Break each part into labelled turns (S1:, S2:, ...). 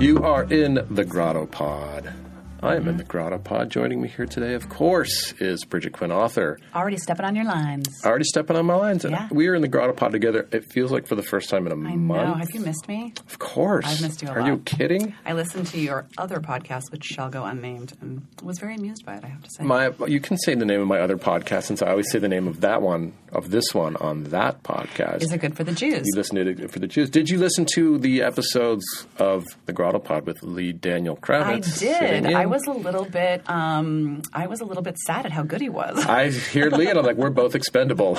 S1: You are in the Grotto Pod. I am in the Grotto Pod. Joining me here today, of course, is Bridget Quinn, author.
S2: Already stepping on your lines.
S1: Already stepping on my lines, and
S2: Yeah.
S1: we are in the Grotto Pod together. It feels like for the first time in a
S2: I know.
S1: month.
S2: Have you missed me?
S1: Of course,
S2: I've missed you a
S1: Are you
S2: lot.
S1: kidding?
S2: I listened to your other podcast, which shall go unnamed, and was very amused by it. I have to say.
S1: My, you can say the name of my other podcast since I always say the name of that one, of this one on that podcast.
S2: Is it good for the Jews?
S1: you listened to it for the Jews. Did you listen to the episodes of the Grotto Pod with Lee Daniel
S2: I
S1: Kravitz?
S2: did.
S1: sitting
S2: I
S1: in?
S2: was a little bit. Um, I was a little bit sad at how good he was.
S1: I hear Lee, and I'm like, we're both expendable.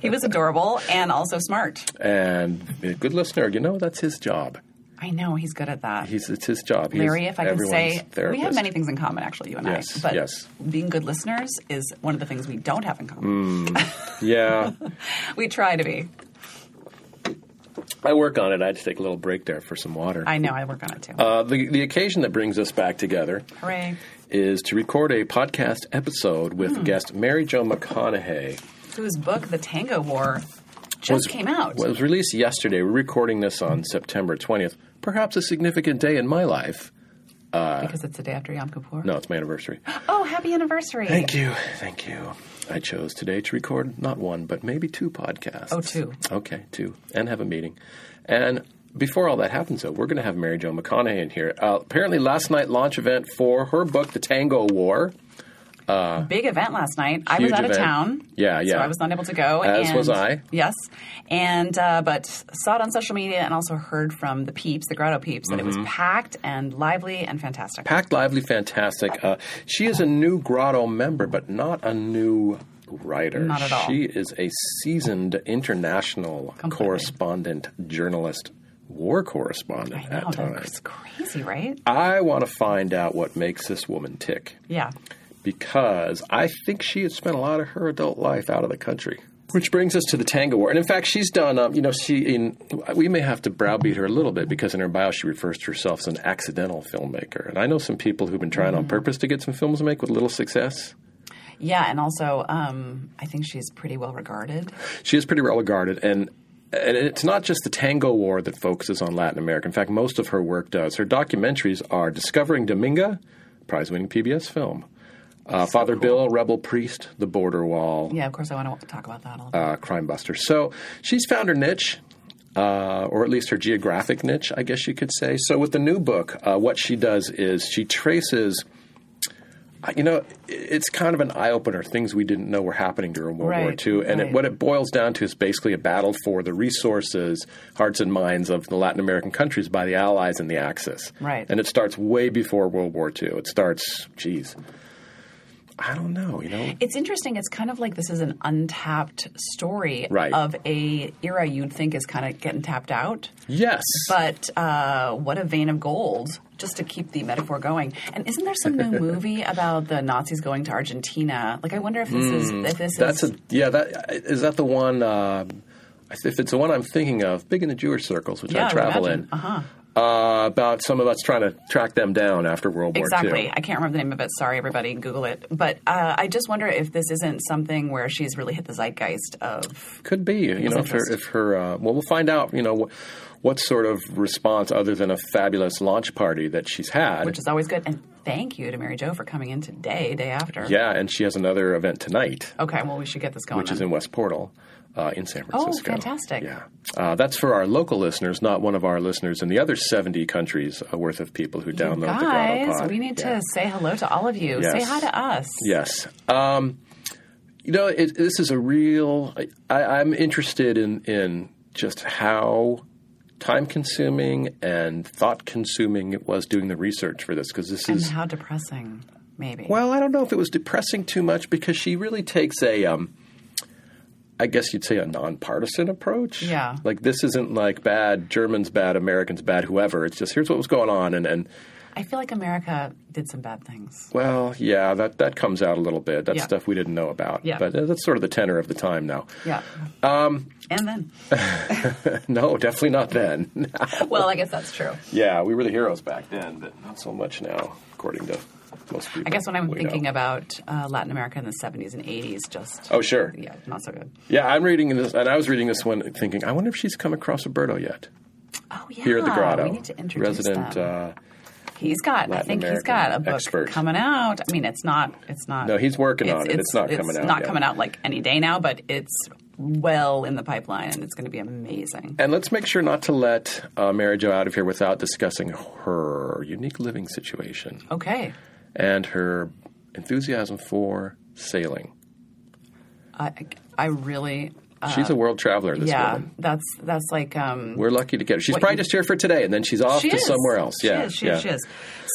S2: he was adorable and also smart.
S1: and a good listener, you know, that's his job.
S2: I know he's good at that.
S1: He's it's his job. He's
S2: Larry, if I can
S1: everyone's
S2: say,
S1: therapist.
S2: we have many things in common, actually, you and
S1: Yes,
S2: I. But
S1: yes. Mm.
S2: being good listeners is one of the things we don't have in common.
S1: Yeah,
S2: We try to be.
S1: I work on it. I had to take a little break there for some water.
S2: I know. I work on it too.
S1: uh, the the occasion that brings us back together
S2: Hooray!
S1: is to record a podcast episode with
S2: Hmm.
S1: guest Mary Jo McConaughey.
S2: Whose book, The Tango War, just came out.
S1: Well, it was released yesterday. We're recording this on September 20th. Perhaps a significant day in my life.
S2: Because it's the day after Yom Kippur.
S1: No, it's my anniversary.
S2: Oh, happy anniversary.
S1: Thank you. Thank you. I chose today to record not one, but maybe two podcasts.
S2: Oh, two.
S1: Okay, two. And have a meeting. And before all that happens, though, we're going to have Mary Jo McConaughey in here. Uh, apparently, last night launch event for her book, The Tango War.
S2: Big event last night. I was
S1: Huge
S2: out of
S1: event.
S2: town.
S1: Yeah, yeah.
S2: So I was not able to go.
S1: As
S2: and-
S1: was I.
S2: Yes. And, uh, but saw it on social media and also heard from the peeps, the grotto peeps, that it was packed and lively and fantastic.
S1: Mm-hmm. Packed Lively, fantastic. Uh, she is a new Grotto member, but not a new writer.
S2: Not at all.
S1: She is a seasoned international
S2: Completely.
S1: correspondent, journalist, war correspondent
S2: I
S1: at
S2: know.
S1: times.
S2: That's crazy, right?
S1: I want to find out what makes this woman tick
S2: Yeah.
S1: because I think she had spent a lot of her adult life out of the country. Which brings us to the Tango War, and in fact, she's done. Um, you know, she in we may have to browbeat her a little bit because in her bio she refers to herself as an accidental filmmaker, and I know some people who've been trying on purpose to get some films to make with little success.
S2: Yeah. And also, um, I think she's pretty well regarded.
S1: She is pretty well regarded, and and it's not just the Tango War that focuses on Latin America. In fact, most of her work does. Her documentaries are Discovering Dominga, prize-winning PBS film, uh, Father Bill, Rebel Priest, The Border Wall,
S2: Yeah. Of course, I want to talk about that all the
S1: uh, crime buster. So she's found her niche, uh, or at least her geographic niche, I guess you could say. So with the new book, uh, what she does is she traces. I- You know, i- it's kind of an eye opener. Things we didn't know were happening during World
S2: Right,
S1: War II, and it,
S2: right.
S1: what it boils down to is basically a battle for the resources, hearts, and minds of the Latin American countries by the Allies and the Axis.
S2: Right.
S1: and it starts way before World War II. It starts, geez, I don't know. You know,
S2: It's interesting. It's kind of like this is an untapped story
S1: Right.
S2: of a era you'd think is kind of getting tapped out,
S1: yes,
S2: but uh, what a vein of gold! Just to keep the metaphor going. And isn't there some new movie about the Nazis going to Argentina? Like, I wonder if this is if this
S1: Mm, That's
S2: is.
S1: a yeah. That is that the one. Uh, if it's the one I'm thinking of, big in the Jewish circles, which
S2: Yeah, I
S1: I
S2: would
S1: travel
S2: imagine. Uh-huh.
S1: in, uh, about some of us trying to track them down after World War
S2: Exactly.
S1: II.
S2: I can't remember the name of it. Sorry, everybody. Google it. But uh, I just wonder if this isn't something where she's really hit the zeitgeist of
S1: Could be, you know, if her,
S2: interest.
S1: if her. Uh, well, we'll find out. You know, what, what sort of response other than a fabulous launch party that she's had.
S2: which is always good. And thank you to Mary Jo for coming in today, day after.
S1: yeah, and she has another event tonight,
S2: Okay. Well, we should get this going.
S1: which is
S2: then.
S1: in West Portal. Uh, in San Francisco.
S2: Oh, fantastic.
S1: Yeah. Uh, that's for our local listeners, not one of our listeners in the other 70 countries uh, worth of people who download the Grotto
S2: Guys,
S1: Pod.
S2: we need
S1: Yeah.
S2: to say hello to all of you.
S1: Yes.
S2: Say hi to us.
S1: Yes. Um, you know, it, this is a real. I, I'm interested in in just how time consuming and thought consuming it was doing the research for this because this
S2: And
S1: is.
S2: how depressing, maybe.
S1: Well, I don't know if it was depressing too much because she really takes a. Um, I guess you'd say a nonpartisan approach.
S2: Yeah.
S1: Like this isn't like bad Germans bad, Americans bad, whoever. It's just here's what was going on and, and
S2: I feel like America did some bad things.
S1: Well, yeah, that, that comes out a little bit. That's
S2: Yeah.
S1: stuff we didn't know about.
S2: Yeah.
S1: But uh, that's sort of the tenor of the time now.
S2: Yeah.
S1: Um,
S2: and then.
S1: No, definitely not then.
S2: Well, I guess that's true.
S1: yeah, we were the heroes back then, but not so much now, according to most people.
S2: I guess when I'm
S1: we
S2: thinking
S1: know.
S2: about uh, Latin America in the 70s and 80s, just.
S1: Oh, sure.
S2: Yeah, not so good.
S1: Yeah, I'm reading this, and I was reading this one thinking, I wonder if she's come across Roberto yet.
S3: Oh yeah,
S1: here at the
S2: Ah,
S1: Grotto.
S3: We need to introduce
S1: resident.
S3: them.
S1: Uh,
S3: he's got. I
S1: Latin
S3: think he's
S1: American
S3: got a book
S1: expert.
S3: coming out. I mean, it's not. It's not.
S1: no, he's working on it. It's, not coming out.
S3: Not
S1: yet.
S3: coming out like any day now, but it's well in the pipeline, and it's going to be amazing.
S1: And let's make sure not to let uh, Mary Jo out of here without discussing her unique living situation
S3: Okay,
S1: and her enthusiasm for sailing.
S3: I I- I really. Uh,
S1: She's a world traveler. This
S3: yeah,
S1: woman.
S3: that's that's like um,
S1: We're lucky to get her. She's
S3: What
S1: probably
S3: you-
S1: just here for today, and then she's off
S3: she
S1: to
S3: is.
S1: somewhere else.
S3: She
S1: yeah,
S3: is, she
S1: yeah.
S3: is. She is.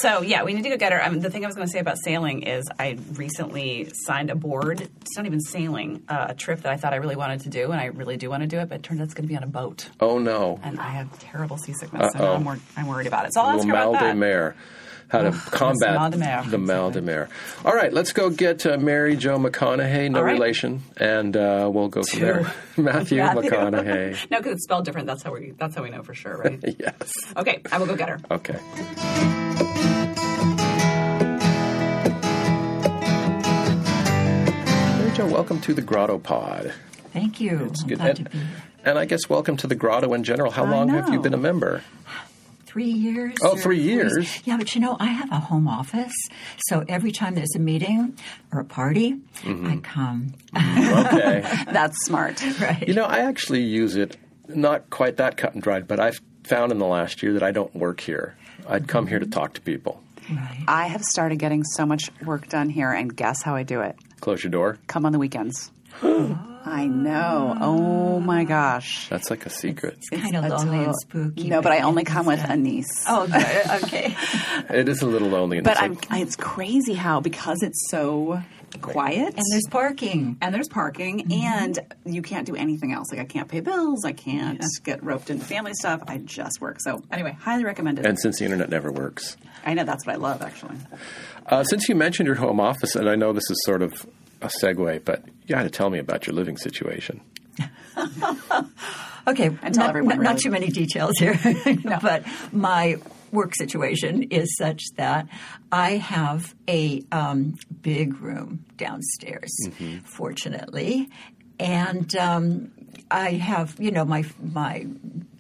S3: So yeah, we need to go get her. I mean, the thing I was going to say about sailing is I recently signed a board. It's not even sailing. Uh, a trip that I thought I really wanted to do, and I really do want to do it, but it turns out it's going to be on a boat.
S1: Oh no,
S3: And I have terrible seasickness, so
S1: Uh-oh.
S3: now I'm, wor- I'm worried about it. So I'll ask her
S1: Le
S3: about
S1: mal de
S3: that.
S1: mer. How to combat
S3: mal de mer.
S1: the mal de mer. All right, let's go get uh, Mary Jo McConaughey, no
S3: All right.
S1: relation, and uh, we'll go from
S3: To
S1: there. Matthew,
S3: Matthew.
S1: McConaughey.
S3: no, because it's spelled different. That's how we. That's how we know for sure, right?
S1: yes.
S3: okay, I will go get her.
S1: Okay. Mary Jo, welcome to the Grotto Pod.
S3: Thank you. I'm
S1: Good-
S3: glad to
S1: and,
S3: be here.
S1: and I guess welcome to the Grotto in general. How
S4: I
S1: long have you
S4: know.
S1: been a member?
S4: three years.
S1: Oh,
S4: or
S1: three
S4: four
S1: years.
S4: Yeah, but you know, I have a home office, so every time there's a meeting or a party,
S1: Mm-hmm.
S4: I come.
S1: Okay.
S3: That's smart.
S4: right.
S1: You know, I actually use it not quite that cut and dried, but I've found in the last year that I don't work here. I'd come here to talk to people.
S4: right.
S2: I have started getting so much work done here, and guess how I do it?
S1: Close your door.
S2: Come on the weekends. I know. Oh my gosh.
S1: That's like a secret.
S4: It's kind of lonely and
S2: That's-
S4: spooky.
S2: No, but I only
S4: it's
S2: come with
S4: sad.
S2: a niece.
S4: Oh, good. okay.
S1: It is a little lonely. and
S2: but
S1: it's
S2: I'm.
S1: like-
S2: I- It's crazy how because it's so quiet
S4: and there's Mm-hmm. parking.
S2: and there's parking and you can't do anything else. Like I can't pay bills. I can't get roped into family stuff. I just work. So anyway, highly recommended.
S1: and since the internet never works.
S2: I know that's what I love actually.
S1: Uh, since you mentioned your home office, and I know this is sort of a segue, but you got to tell me about your living situation.
S4: Okay,
S2: And tell
S4: not,
S2: everyone,
S4: not- not
S2: really.
S4: too many details here, but my work situation is such that I have a um, big room downstairs, fortunately, and um, I have you know my my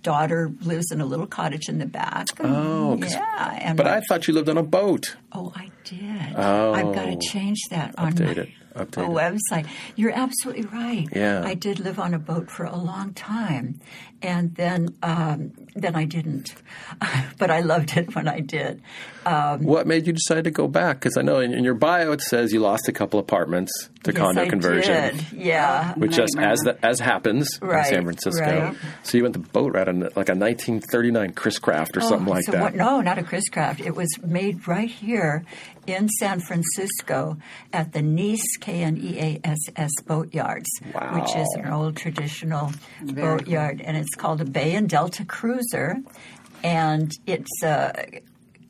S4: daughter lives in a little cottage in the back.
S1: Oh, 'cause-
S4: yeah, and
S1: But
S4: my-
S1: I thought you lived on a boat.
S4: Oh, I did. I've got to
S1: Oh.
S4: change that on
S1: Update
S4: my oh,
S1: it. Update it.
S4: website. You're absolutely right.
S1: Yeah.
S4: I did live on a boat for a long time, and then um, then I didn't. but I loved it when I did.
S1: What made you decide to go back? Because I know in, in your bio it says you lost a couple apartments to
S4: Yes,
S1: condo
S4: I
S1: conversion.
S4: did. Yeah.
S1: which just as the, as happens in San
S4: Right,
S1: Francisco.
S4: right.
S1: So you went the boat ride on like a 1939 Chris Craft or something
S4: Oh,
S1: like
S4: so
S1: that.
S4: What, no, not a Chris Craft. It was made right here in San Francisco at the Nice K N E A S S boatyards, which is an old traditional boatyard, and it's called a Bay and Delta Cruiser, and it's uh,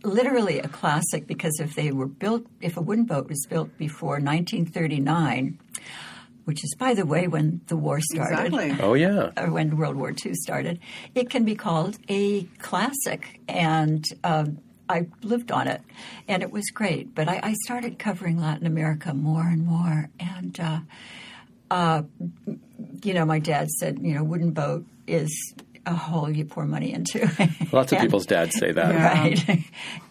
S4: literally a classic because if they were built, if a wooden boat was built before 1939. Which is, by the way, when the war started
S2: Exactly.
S1: Oh yeah,
S4: or uh, when World War II started, it can be called a classic. And um, I lived on it, and it was great. But I, I started covering Latin America more and more. And, uh, uh, you know, my dad said, you know, wooden boat is a hole you pour money into.
S1: lots of
S4: And-
S1: people's dads say that.
S4: Right.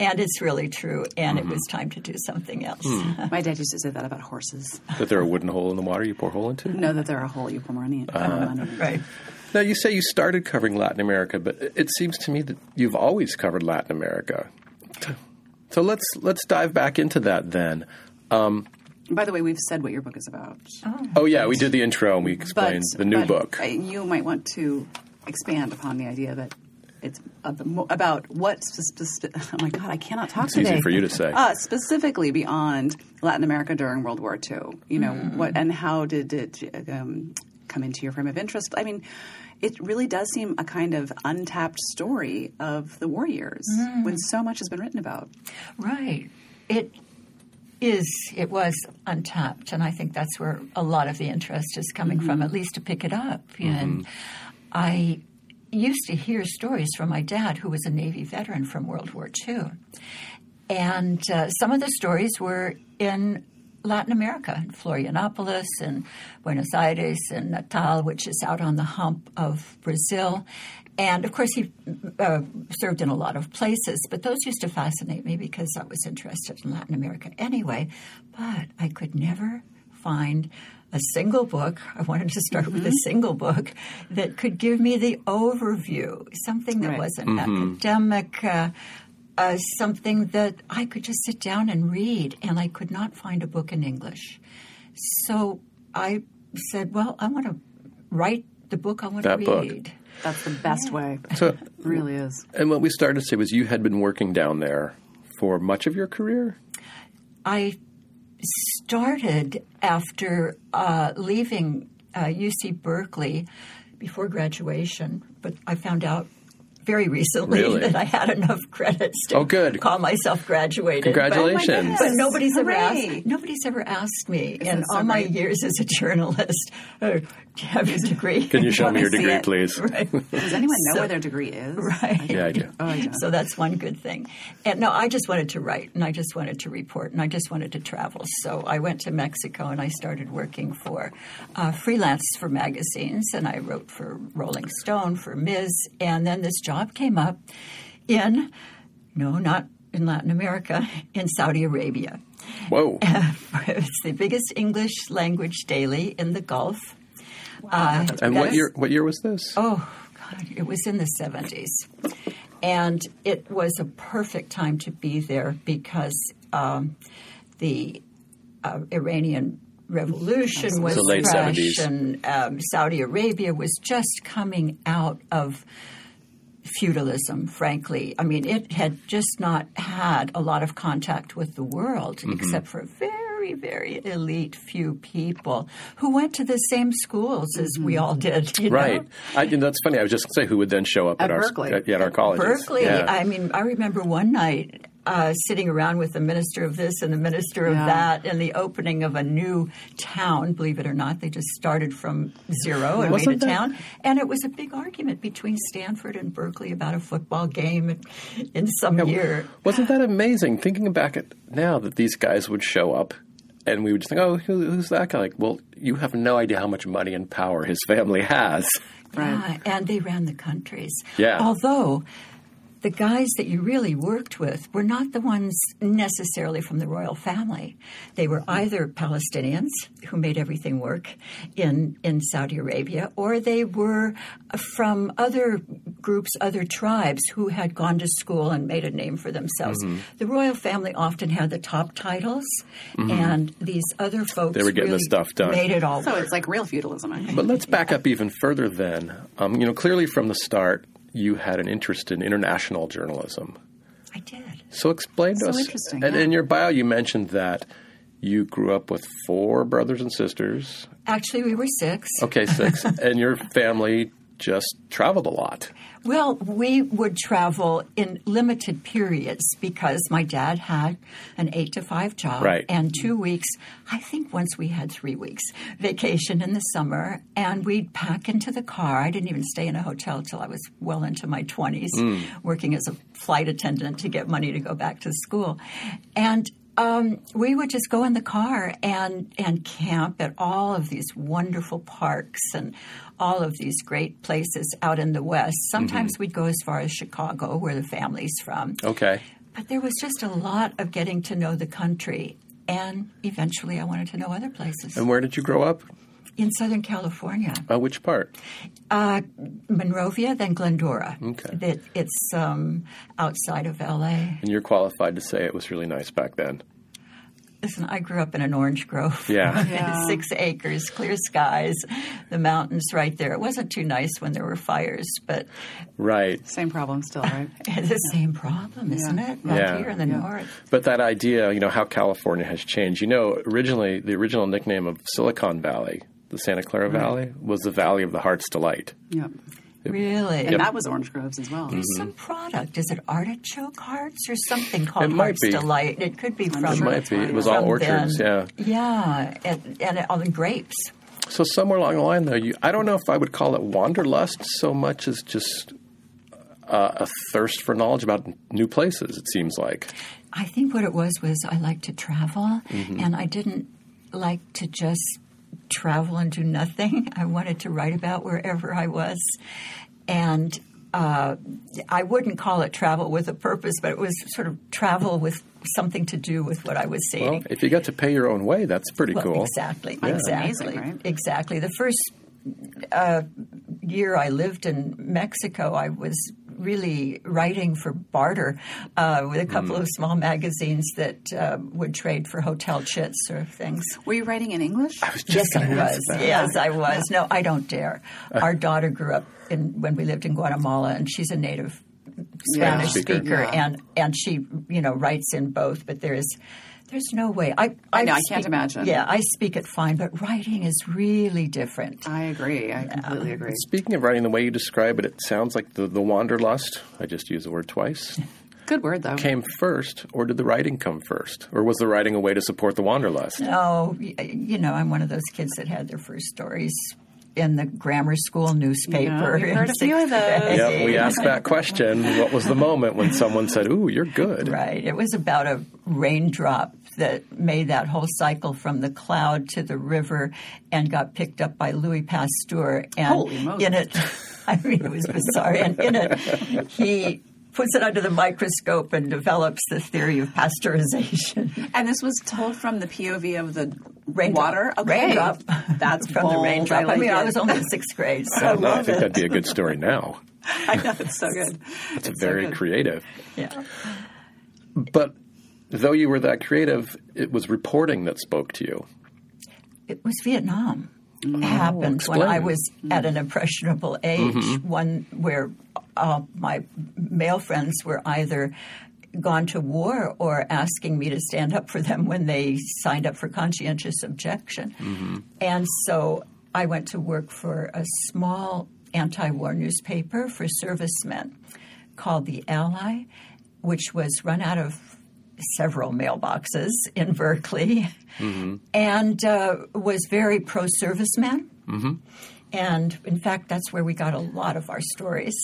S4: and it's really true. And it was time to do something else.
S2: My dad used to say that about horses.
S1: That they're a wooden hole in the water you pour hole into.
S2: Know that they're a hole you put money in. Uh,
S4: Right.
S1: Now you say you started covering Latin America, but it- it seems to me that you've always covered Latin America. So let's let's dive back into that then.
S2: By the way, we've said what your book is about.
S1: Oh yeah, we did the intro and we explained the new
S2: but
S1: book.
S2: I- You might want to expand upon the idea that it's of the mo- about what specific. Oh my God, I cannot talk
S1: easy
S2: today.
S1: for you to say.
S2: Uh, specifically beyond Latin America during World War II. You know
S1: Mm.
S2: what and how did it um, come into your frame of interest? I mean. It really does seem a kind of untapped story of the war years
S4: Mm.
S2: when so much has been written about.
S4: Right. It is, it was untapped, and I think that's where a lot of the interest is coming from, at least to pick it up. And I used to hear stories from my dad, who was a Navy veteran from World War II. And uh, some of the stories were in Latin America, in Florianopolis and Buenos Aires and Natal, which is out on the hump of Brazil. And of course, he uh, served in a lot of places, but those used to fascinate me because I was interested in Latin America anyway. But I could never find a single book. I wanted to start with a single book that could give me the overview, something that
S2: Right.
S4: wasn't academic, uh, uh, something that I could just sit down and read. And I could not find a book in English. So I said, well, I want to write the book I want
S1: That
S4: to
S1: book.
S4: read.
S2: That's the best way. It
S1: So,
S2: really is.
S1: and what we started to say was you had been working down there for much of your career.
S4: I started after uh, leaving uh, UC Berkeley before graduation, but I found out very recently
S1: Really?
S4: that I had enough credits to
S1: Oh, good.
S4: call myself graduated. but-
S1: Congratulations.
S4: Oh But nobody's ever
S2: Hooray.
S4: asked. Nobody's ever asked me in
S2: that so
S4: all my
S2: great?
S4: years as a journalist. Uh, do you have your degree?
S1: Can you show me
S2: Wanna
S1: your
S2: see
S1: degree,
S2: it.
S1: please?
S2: Does anyone know where their degree is?
S4: Right.
S1: Yeah, I do.
S4: So that's one good thing. And no, I just wanted to write and I just wanted to report and I just wanted to travel. So I went to Mexico and I started working for uh, freelance for magazines and I wrote for Rolling Stone, for Ms. And then this job came up in, no, not in Latin America, in Saudi Arabia.
S1: Whoa.
S4: it's the biggest English language daily in the Gulf. Uh, Wow.
S1: And what year? What year was this?
S4: Oh, God, it was in the 70s. And it was a perfect time to be there because um, the uh, Iranian revolution was
S1: The late
S4: fresh
S1: 70s.
S4: and um, Saudi Arabia was just coming out of feudalism, frankly. I mean, it had just not had a lot of contact with the world,
S1: Mm-hmm.
S4: except for a very, very elite few people who went to the same schools as we all did. You
S1: Mm-hmm. Right.
S4: Know?
S1: I, you know, that's funny. I was just going to say who would then show up at,
S2: At
S1: our
S2: Berkeley.
S1: At, at our colleges.
S4: Berkeley.
S1: Yeah.
S4: I mean, I remember one night uh, sitting around with the minister of this and the minister of
S2: Yeah.
S4: that, and the opening of a new town. Believe it or not, they just started from zero and made
S1: Wasn't
S4: a
S1: that-
S4: town. And it was a big argument between Stanford and Berkeley about a football game in, in some year.
S1: Wasn't that amazing? Thinking back at now that these guys would show up. And we would just think, oh, who, who's that guy? Like, well, you have no idea how much money and power his family has.
S2: Right.
S4: Yeah, and they ran the countries.
S1: Yeah.
S4: Although the guys that you really worked with were not the ones necessarily from the royal family. They were either Palestinians who made everything work in, in Saudi Arabia, or they were from other groups, other tribes who had gone to school and made a name for themselves.
S1: Mm-hmm.
S4: The royal family often had the top titles, and these other folks
S1: Mm-hmm. They were getting the
S4: really
S1: stuff done.
S4: Made it all
S2: So
S4: work.
S2: it's like real feudalism, I think.
S1: But let's back up even further then. Um, you know, clearly from the start, you had an interest in international journalism.
S4: I did.
S1: So explain to
S2: So
S1: us.
S2: interesting,
S1: and
S2: yeah.
S1: in your bio, you mentioned that you grew up with four brothers and sisters.
S4: Actually, we were six.
S1: Okay, six. and your family just traveled a lot.
S4: Well, we would travel in limited periods because my dad had an eight to five job
S1: Right.
S4: and two weeks. I think once we had three weeks vacation in the summer, and we'd pack into the car. I didn't even stay in a hotel till I was well into my 20s, working as a flight attendant to get money to go back to school. And um, we would just go in the car and and camp at all of these wonderful parks and all of these great places out in the West. Sometimes we'd go as far as Chicago, where the family's from.
S1: Okay.
S4: But there was just a lot of getting to know the country, and eventually I wanted to know other places
S1: And where did you grow up?
S4: in Southern California.
S1: Uh, which part?
S4: Uh, Monrovia, then Glendora.
S1: Okay.
S4: That it's um, outside of LA.
S1: And you're qualified to say it was really nice back then.
S4: Listen, I grew up in an orange grove.
S1: Yeah.
S2: Yeah.
S4: Six acres, clear skies, the mountains right there. It wasn't too nice when there were fires, but
S1: right.
S2: Same problem still, right?
S4: it's the same problem, isn't it? Out
S1: Yeah.
S4: here in the north.
S1: But that idea, you know, how California has changed. You know, originally the original nickname of Silicon Valley, the Santa Clara Valley, was the Valley of the Heart's Delight.
S2: Yep.
S4: Really?
S2: And that was Orange Groves as well.
S4: There's some product. Is it artichoke hearts or something called
S1: Mm-hmm. It might
S4: Heart's
S1: be.
S4: Delight? It could be from.
S1: It might be. It was all
S4: from
S1: orchards, yeah.
S4: then. Yeah, and, and all the grapes.
S1: So somewhere along the line, though, you, I don't know if I would call it wanderlust so much as just uh, a thirst for knowledge about new places. It seems like Mm-hmm.
S4: I think what it was was I liked to travel, and I didn't like to just travel and do nothing. I wanted to write about wherever I was. And uh, I wouldn't call it travel with a purpose, but it was sort of travel with something to do with what I was seeing.
S1: Well, if you got to pay your own way, that's pretty
S4: Well,
S1: cool.
S4: Exactly.
S1: Yeah.
S4: Exactly.
S2: Amazing, right?
S4: Exactly. The first uh, year I lived in Mexico, I was really writing for barter uh, with a
S1: Mm.
S4: couple of small magazines that uh, would trade for hotel chits or things.
S2: Were you writing in English? I was
S4: Yes, I
S1: gonna ask
S4: was.
S1: that.
S4: Yes, I was. No, I don't dare.
S2: Uh.
S4: Our daughter grew up in when we lived in Guatemala, and she's a native Spanish
S1: Speaker.
S4: speaker,
S2: Yeah.
S4: and and she you know writes in both, but there is. There's no way. I I,
S2: know, I can't imagine.
S4: Yeah, I speak it fine, but writing is really different.
S2: I agree. I completely agree.
S1: Speaking of writing, the way you describe it, it sounds like the, the wanderlust. I just used the word twice.
S2: Good word though.
S1: Came first, or did the writing come first, or was the writing a way to support the wanderlust?
S4: Oh, y- you know, I'm one of those kids that had their first stories in the grammar school newspaper.
S2: we've
S4: in
S2: heard a few of
S4: sixth
S2: those.
S4: grade.
S1: Yep, we asked that question. What was the moment when someone said, "Ooh, you're good"?
S4: Right. It was about a raindrop that made that whole cycle from the cloud to the river and got picked up by Louis Pasteur. And
S2: Holy Moses.
S4: in it, I mean, it was bizarre. and in it, he puts it under the microscope and develops the theory of pasteurization.
S2: And this was told from the POV of the
S4: Raindrop.
S2: water.
S4: Raindrop.
S2: That's
S4: From the
S2: bold.
S4: raindrop. I,
S2: like
S4: mean, I
S2: it.
S4: was only in sixth grade,
S1: I
S4: so
S1: don't know. I think that'd be a good story now.
S2: I know it's so good.
S1: It's,
S2: It's so
S1: very
S2: good.
S1: creative.
S4: yeah.
S1: But though you were that creative, it was reporting that spoke to you.
S4: It was Vietnam. It happened when I
S1: explain.
S4: was at an impressionable age, one where uh, my male friends were either gone to war or asking me to stand up for them when they signed up for conscientious objection. And so I went to work for a small anti war newspaper for servicemen called The Ally, which was run out of several mailboxes in Berkeley and uh, was very pro serviceman. And in fact, that's where we got a lot of our stories.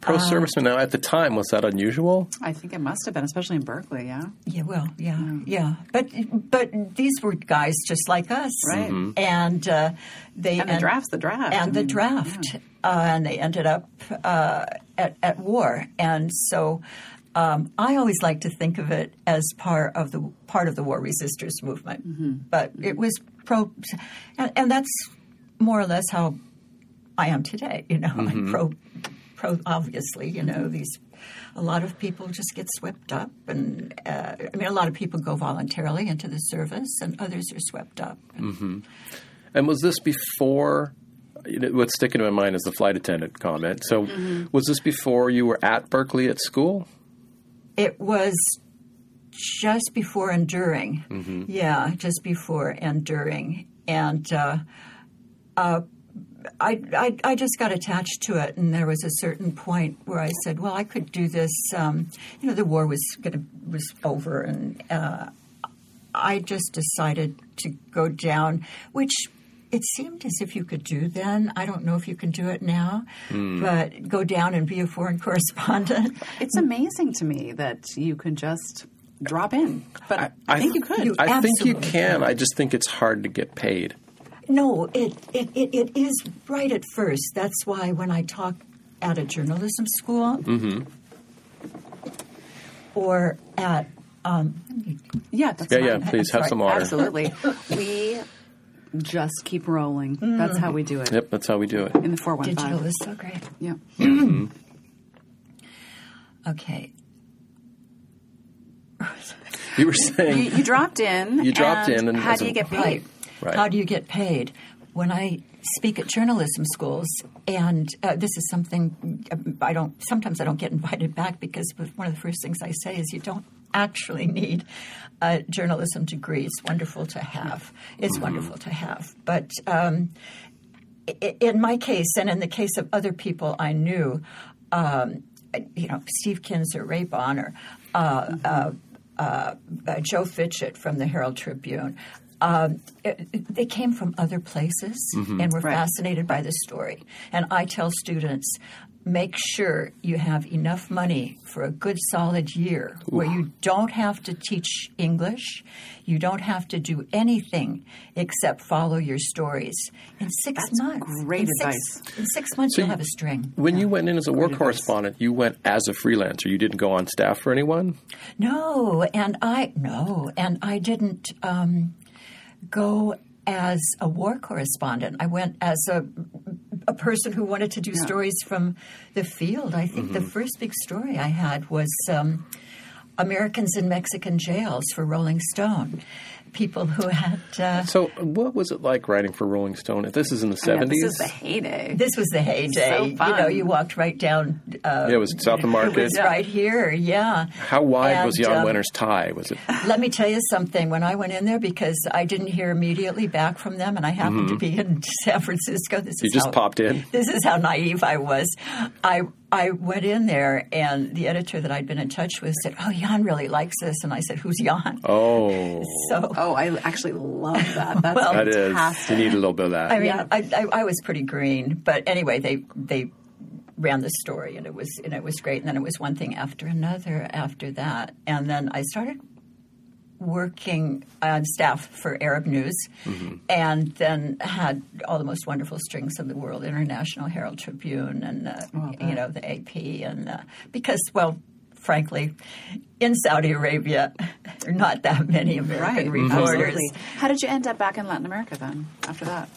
S1: Pro
S2: Ah.
S1: serviceman. Now, at the time, was that unusual?
S2: I think it must have been, especially in Berkeley. Yeah.
S4: Yeah, well, yeah, yeah. But but these were guys just like us,
S2: Right. Mhm.
S4: And uh, they
S2: And the draft's the draft.
S4: and the draft, uh, and they ended up uh, at, at war. And so, um, I always like to think of it as part of the part of the war resisters movement. But it was pro, and, and that's more or less how I am today. You know, I'm pro, pro. Obviously, you know these. A lot of people just get swept up, and uh, I mean, a lot of people go voluntarily into the service, and others are swept up.
S1: And was this before? you know, What's sticking in my mind is the flight attendant comment. So,
S2: Mm-hmm.
S1: was this before you were at Berkeley at school?
S4: It was just before enduring. Yeah, just before enduring, and uh, uh, I, I I just got attached to it, and there was a certain point where I said, "Well, I could do this." Um, you know, the war was gonna was over, and uh, I just decided to go down, which. It seemed as if you could do then. I don't know if you can do it now, but go down and be a foreign correspondent.
S2: It's amazing to me that you can just drop in, but I, think you could.
S4: you-
S1: I think you
S4: absolutely
S1: can. I just think it's hard to get paid.
S4: No, it, it, it, it is right at first. That's why when I talk at a journalism school or at, um,
S2: yeah, that's
S1: Yeah,
S2: fine.
S1: yeah. Please have
S4: sorry,
S1: some water.
S2: Absolutely. we just keep rolling. That's how we do it
S1: Yep, that's how we do it.
S2: in the four one
S4: digital
S2: five.
S4: is so great.
S2: Yeah.
S4: Okay.
S1: You were
S2: You,
S1: saying
S2: you dropped in.
S1: You dropped
S2: and
S1: in and
S2: how
S1: as
S2: do you
S1: a-
S2: get paid?
S4: Right.
S1: Right.
S4: How do you get paid? When I speak at journalism schools, and uh, this is something uh, I don't, sometimes I don't get invited back because one of the first things I say is you don't actually need a journalism degree. It's wonderful to have. It's wonderful to have. But um, i- in my case, and in the case of other people I knew, um, you know, Steve Kinzer, Ray Bonner, uh, uh, uh, uh, Joe Fitchett from the Herald Tribune. Um, it- it- they came from other places and were
S2: Right.
S4: fascinated by the story. And I tell students, make sure you have enough money for a good solid year where you don't have to teach English, you don't have to do anything except follow your stories. In six
S2: That's
S4: months,
S2: great
S4: in six-
S2: advice.
S4: in six months, you'll have a string.
S1: When you went in as a war correspondent, you went as a freelancer. You didn't go on staff for anyone.
S4: No, and I no, and I didn't um, go as a war correspondent. I went as a a person who wanted to do stories from the field. I think
S1: Mm-hmm.
S4: the first big story I had was um, Americans in Mexican jails for Rolling Stone. People who had uh,
S1: So, what was it like writing for Rolling Stone? If this is in the
S2: Yeah,
S1: seventies,
S2: this is the heyday.
S4: this was the heyday.
S2: So
S4: You know,
S2: fun.
S4: you walked right down. Uh,
S1: it was South of
S4: it
S1: Market.
S4: was right here. Yeah.
S1: How wide was
S4: And,
S1: Jan
S4: um,
S1: Wenner's tie? Was it?
S4: Let me tell you something. When I went in there, because I didn't hear immediately back from them, and I happened to be in San Francisco. This
S1: Mm-hmm. You
S4: is
S1: just
S4: how,
S1: popped in?
S4: This is how naive I was. I I went in there, and the editor that I'd been in touch with said, "Oh, Jan really likes this," and I said, "Who's Jan?"
S1: Oh,
S4: So
S2: Oh, I actually love that. That's
S1: that is.
S2: fantastic.
S1: You need a little bit of that.
S4: I mean,
S2: Yeah.
S4: I, I, I was pretty green, but anyway, they they ran the story, and it was and it was great. And then it was one thing after another after that, and then I started working on staff for Arab News, and then had all the most wonderful strings of the world: International Herald Tribune, and uh, you know the AP, and uh, because well. Frankly, in Saudi Arabia, there are not that many
S2: Right. Mm-hmm.
S4: American reporters.
S2: Absolutely. How did you end up back in Latin America then? After that,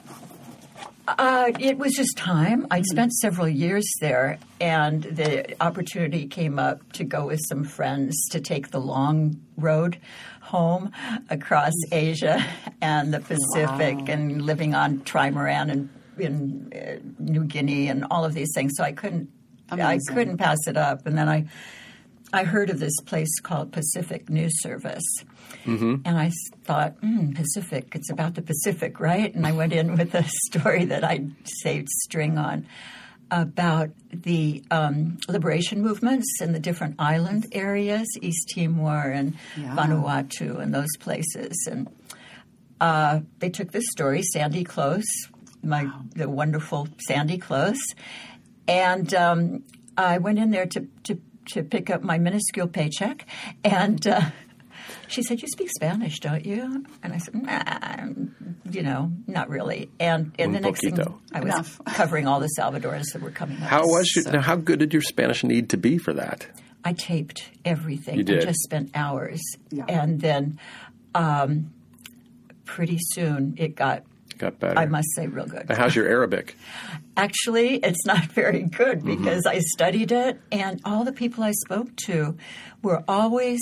S4: Uh, it was just time. I'd spent several years there, and the opportunity came up to go with some friends to take the long road home across Asia and the Pacific, and living on trimaran and in uh, New Guinea and all of these things. So I couldn't,
S2: Amazing.
S4: I couldn't pass it up. And then I, I heard of this place called Pacific News Service. And I s- thought, mm, Pacific, it's about the Pacific, right? And I went in with a story that I saved string on about the um, liberation movements in the different island areas, East Timor and Vanuatu and those places. And uh, they took this story, Sandy Close, my the wonderful Sandy Close, and um, I went in there to, to to pick up my minuscule paycheck, and uh, she said, "You speak Spanish, don't you?" And I said, "Nah, I'm- you know, not really." And and the
S1: Un
S4: next thing,
S1: poquito.
S4: I was
S2: Enough.
S4: covering all the Salvadorans that were coming. up.
S1: how was your, now? How good did your Spanish need to be for that?
S4: I taped everything.
S1: You did.
S4: I just spent hours,
S2: Yeah.
S4: and then um, pretty soon it got.
S1: Got better.
S4: I must say, real good.
S1: Now, how's your Arabic?
S4: Actually, it's not very good
S1: Mm-hmm.
S4: because I studied it, and all the people I spoke to were always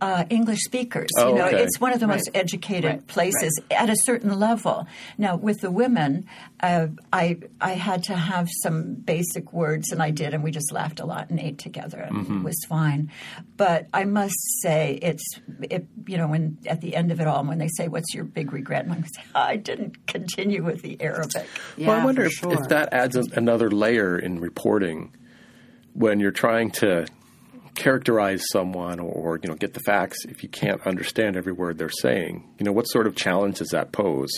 S4: uh, English speakers.
S1: Oh,
S4: you know,
S1: okay.
S4: it's one of the most educated places at a certain level. Now, with the women, uh, I I had to have some basic words, and I did, and we just laughed a lot and ate together, and
S1: Mm-hmm.
S4: it was fine. But I must say, it's it, you know, when at the end of it all, when they say, "What's your big regret?" and I say, "I didn't continue with the Arabic."
S2: yeah,
S1: well, I wonder
S2: for
S1: if,
S2: sure.
S1: if that adds an another layer in reporting when you're trying to characterize someone or, or you know get the facts if you can't understand every word they're saying. You know what sort of challenge does that pose?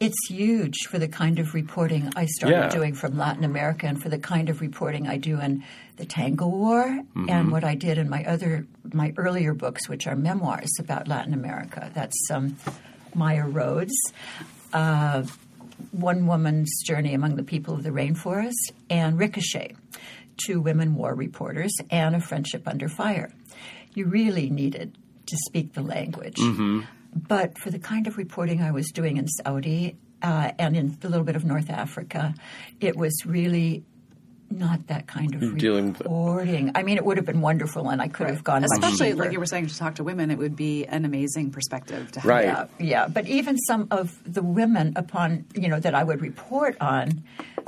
S4: It's huge for the kind of reporting I started
S1: Yeah.
S4: doing from Latin America and for the kind of reporting I do in the Tango War and what I did in my other my earlier books, which are memoirs about Latin America. That's um, Maya Rhodes, uh, One Woman's Journey Among the People of the Rainforest, and Ricochet, two women war reporters, and A Friendship Under Fire. You really needed to speak the language but for the kind of reporting I was doing in Saudi uh, and in a little bit of North Africa, it was really not that kind of
S1: dealing with-
S4: reporting. I mean, it would have been wonderful, and I could have gone much
S2: especially
S4: deeper.
S2: like you were saying, to talk to women, it would be an amazing perspective to have.
S1: Right.
S4: yeah, yeah. But even some of the women upon you know that I would report on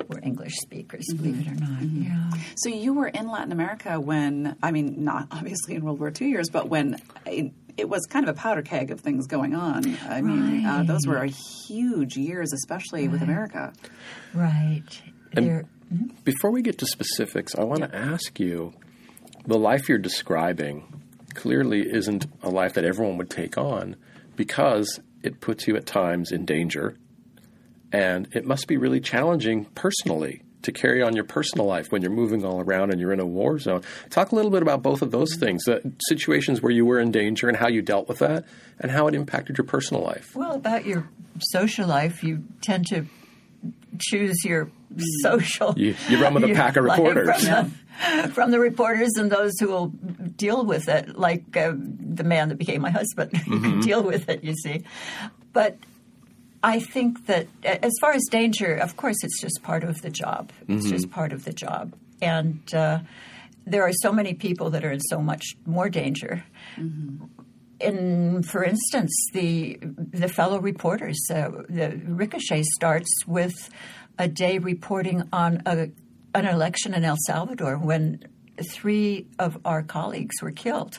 S4: were English speakers, believe it or not.
S2: Mm-hmm.
S4: Yeah.
S2: So you were in Latin America when, I mean, not obviously in World War II years, but when it, it was kind of a powder keg of things going on. I mean, uh, those were huge years, especially with America.
S4: Right. There-
S1: Before we get to specifics, I want to ask you the life you're describing clearly isn't a life that everyone would take on because it puts you at times in danger and it must be really challenging personally to carry on your personal life when you're moving all around and you're in a war zone. Talk a little bit about both of those things the situations where you were in danger and how you dealt with that and how it impacted your personal life.
S4: Well, about your social life, you tend to choose your social.
S1: Hmm. You, you run with a
S4: your
S1: pack of
S4: life
S1: reporters.
S4: From the, from the reporters and those who will deal with it, like uh, the man that became my husband. you
S1: Mm-hmm.
S4: can deal with it, you see. But I think that a- as far as danger, of course, it's just part of the job. It's
S1: Mm-hmm.
S4: just part of the job. And uh, there are so many people that are in so much more danger in, for instance, the the fellow reporters, uh, the Ricochet starts with a day reporting on a, an election in El Salvador when three of our colleagues were killed,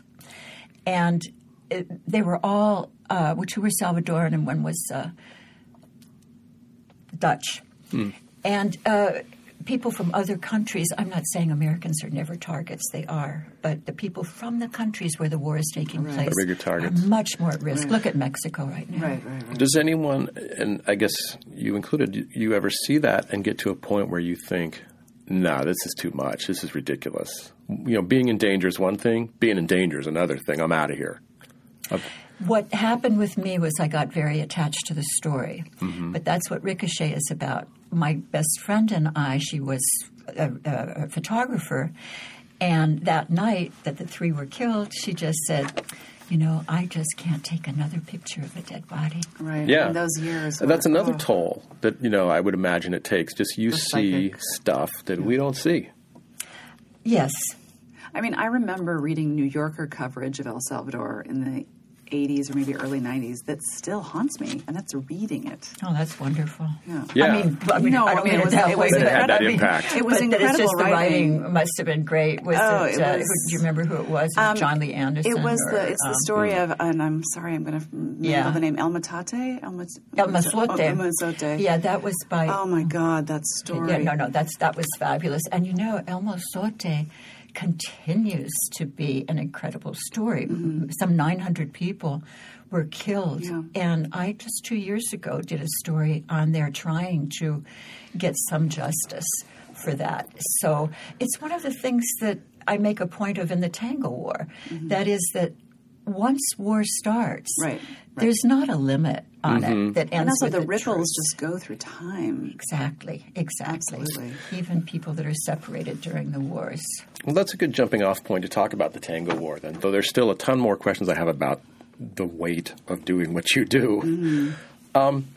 S4: and it, they were all uh, two were Salvadoran and one was uh, Dutch, and. Uh, People from other countries, I'm not saying Americans are never targets, they are, but the people from the countries where the war is taking place
S1: Are bigger targets.
S4: are much more at risk. Look at Mexico right now.
S2: Right, right, right.
S1: Does anyone, and I guess you included, you- you ever see that and get to a point where you think, nah, this is too much. This is ridiculous. You know, being in danger is one thing, being in danger is another thing. I'm out of here.
S4: What happened with me was I got very attached to the story,
S1: Mm-hmm.
S4: but that's what Ricochet is about. My best friend and I, she was a, a, a photographer, and that night that the three were killed, she just said, "You know, I just can't take another picture of a dead body."
S2: Right.
S1: Yeah.
S2: And those years.
S1: And that's
S2: were-
S1: another
S2: oh.
S1: toll that, you know, I would imagine it takes. Just you see
S2: psychic.
S1: stuff that we don't see.
S4: Yes,
S2: I mean, I remember reading New Yorker coverage of El Salvador in the 80s or maybe early 90s that still haunts me, and that's reading it.
S4: oh, that's wonderful.
S1: Yeah.
S4: I mean, I mean,
S2: No,
S4: I
S2: I
S4: don't
S2: mean, it
S4: mean it
S2: was-
S4: that
S2: it
S4: way,
S2: was-
S1: But it
S4: but-
S1: had that
S2: I mean,
S1: impact.
S2: it was
S4: but that it's
S2: incredible
S4: just
S2: writing.
S4: the writing must have been great. Was
S2: Oh,
S4: it,
S2: it was-
S4: uh,
S2: Um,
S4: who- do you remember who it was? It was John Lee Anderson.
S2: It was
S4: or,
S2: the it's the
S4: um,
S2: story of and I'm sorry I'm going to
S4: Yeah.
S2: remember the name El Matate El Mat-
S4: El
S2: El
S4: Mazote.
S2: Mazote.
S4: Yeah, that was by.
S2: Oh my God, that story.
S4: yeah, no, no, that's that was fabulous. And you know, El Mazote continues to be an incredible story. Some 900 people were killed,
S2: Mm-hmm. Yeah.
S4: and I just two years ago did a story on there trying to get some justice for that. So it's one of the things that I make a point of in the Tango War. That is that. Once war starts,
S2: Mm-hmm. Right, right.
S4: there's not a limit on it that ends
S2: And also
S4: with
S2: the
S4: a
S2: ripples
S4: truce.
S2: just go through time.
S4: Exactly, exactly.
S2: Absolutely.
S4: Even people that are separated during the wars.
S1: Well, that's a good jumping off point to talk about the Tango War, then, though there's still a ton more questions I have about the weight of doing what you do. Um,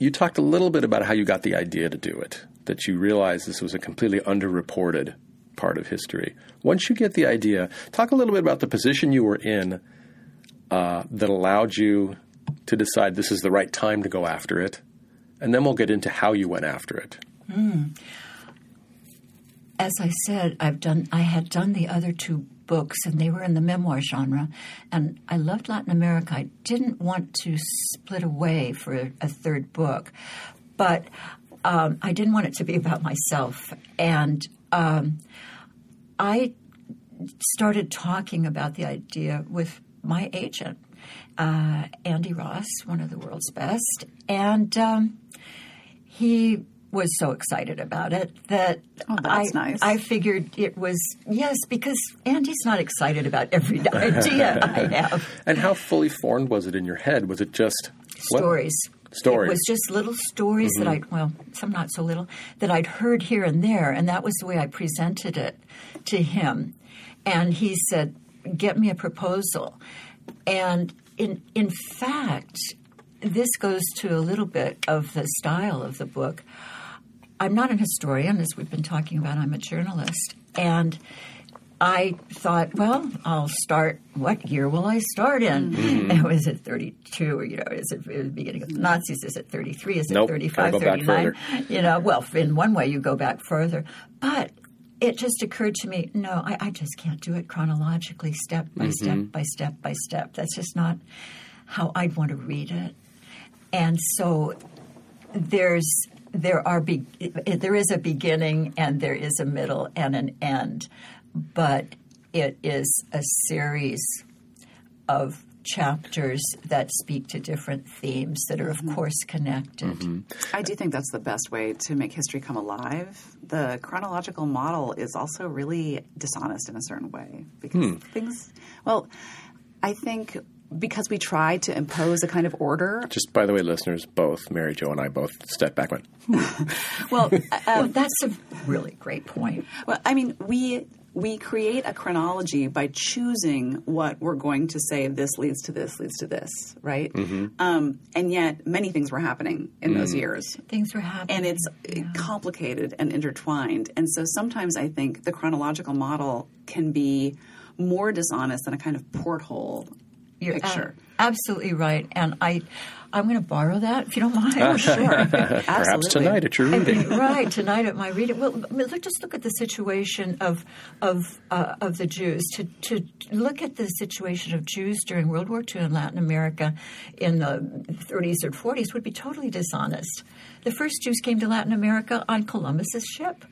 S1: you talked a little bit about how you got the idea to do it, that you realized this was a completely underreported part of history. Once you get the idea, talk a little bit about the position you were in uh, that allowed you to decide this is the right time to go after it, and then we'll get into how you went after it.
S4: As I said, I've done I had done the other two books and they were in the memoir genre and I loved Latin America. I didn't want to split away for a, a third book, but um, I didn't want it to be about myself and um, I started talking about the idea with my agent, uh, Andy Ross, one of the world's best, and um, he was so excited about it that
S2: Oh, that's
S4: I,
S2: nice.
S4: I figured it was yes because Andy's not excited about every idea I have.
S1: And how fully formed was it in your head? Was it just what-
S4: stories.
S1: Stories. Mm-hmm.
S4: It was just little stories that I'd, well, some not so little, that I'd heard here and there, and that was the way I presented it to him. And he said, Get me a proposal. And in, in fact, this goes to a little bit of the style of the book. I'm not an historian, as we've been talking about, I'm a journalist. And I thought, well, I'll start. What year will I start in? And
S1: Mm-hmm.
S4: was it 32? Or, you know, is it, the beginning of the Nazis? Is it 33? Is it
S1: Nope, gotta
S4: 35,
S1: go back
S4: 39? You know, well, in one way, you go back further. But it just occurred to me, no, I, I just can't do it chronologically, step by
S1: Mm-hmm.
S4: step by step by step. That's just not how I'd want to read it. And so there's there are be, there is a beginning and there is a middle and an end, but it is a series of chapters that speak to different themes that are, of
S2: Mm-hmm.
S4: course, connected.
S2: I do think that's the best way to make history come alive. The chronological model is also really dishonest in a certain way because things, well, I think because we try to impose a kind of order.
S1: Just by the way, listeners, both Mary Jo and I both stepped back and went,
S2: Well,
S4: well, uh, that's a really great point.
S2: Well, I mean, we we create a chronology by choosing what we're going to say. This leads to this, leads to this, right? Um, and yet, many things were happening in those years,
S4: Things were happening.
S2: and it's complicated and intertwined. And so, sometimes I think the chronological model can be more dishonest than a kind of porthole
S4: You're ab-
S2: picture.
S4: absolutely right. And I, I'm going to borrow that if you don't mind.
S2: sure,
S1: perhaps tonight at your reading.
S4: right tonight at my reading. Well, I mean, look, just look at the situation of of uh, of the Jews. To to look at the situation of Jews during World War II in Latin America in the 30s or 40s would be totally dishonest. The first Jews came to Latin America on Columbus's ship,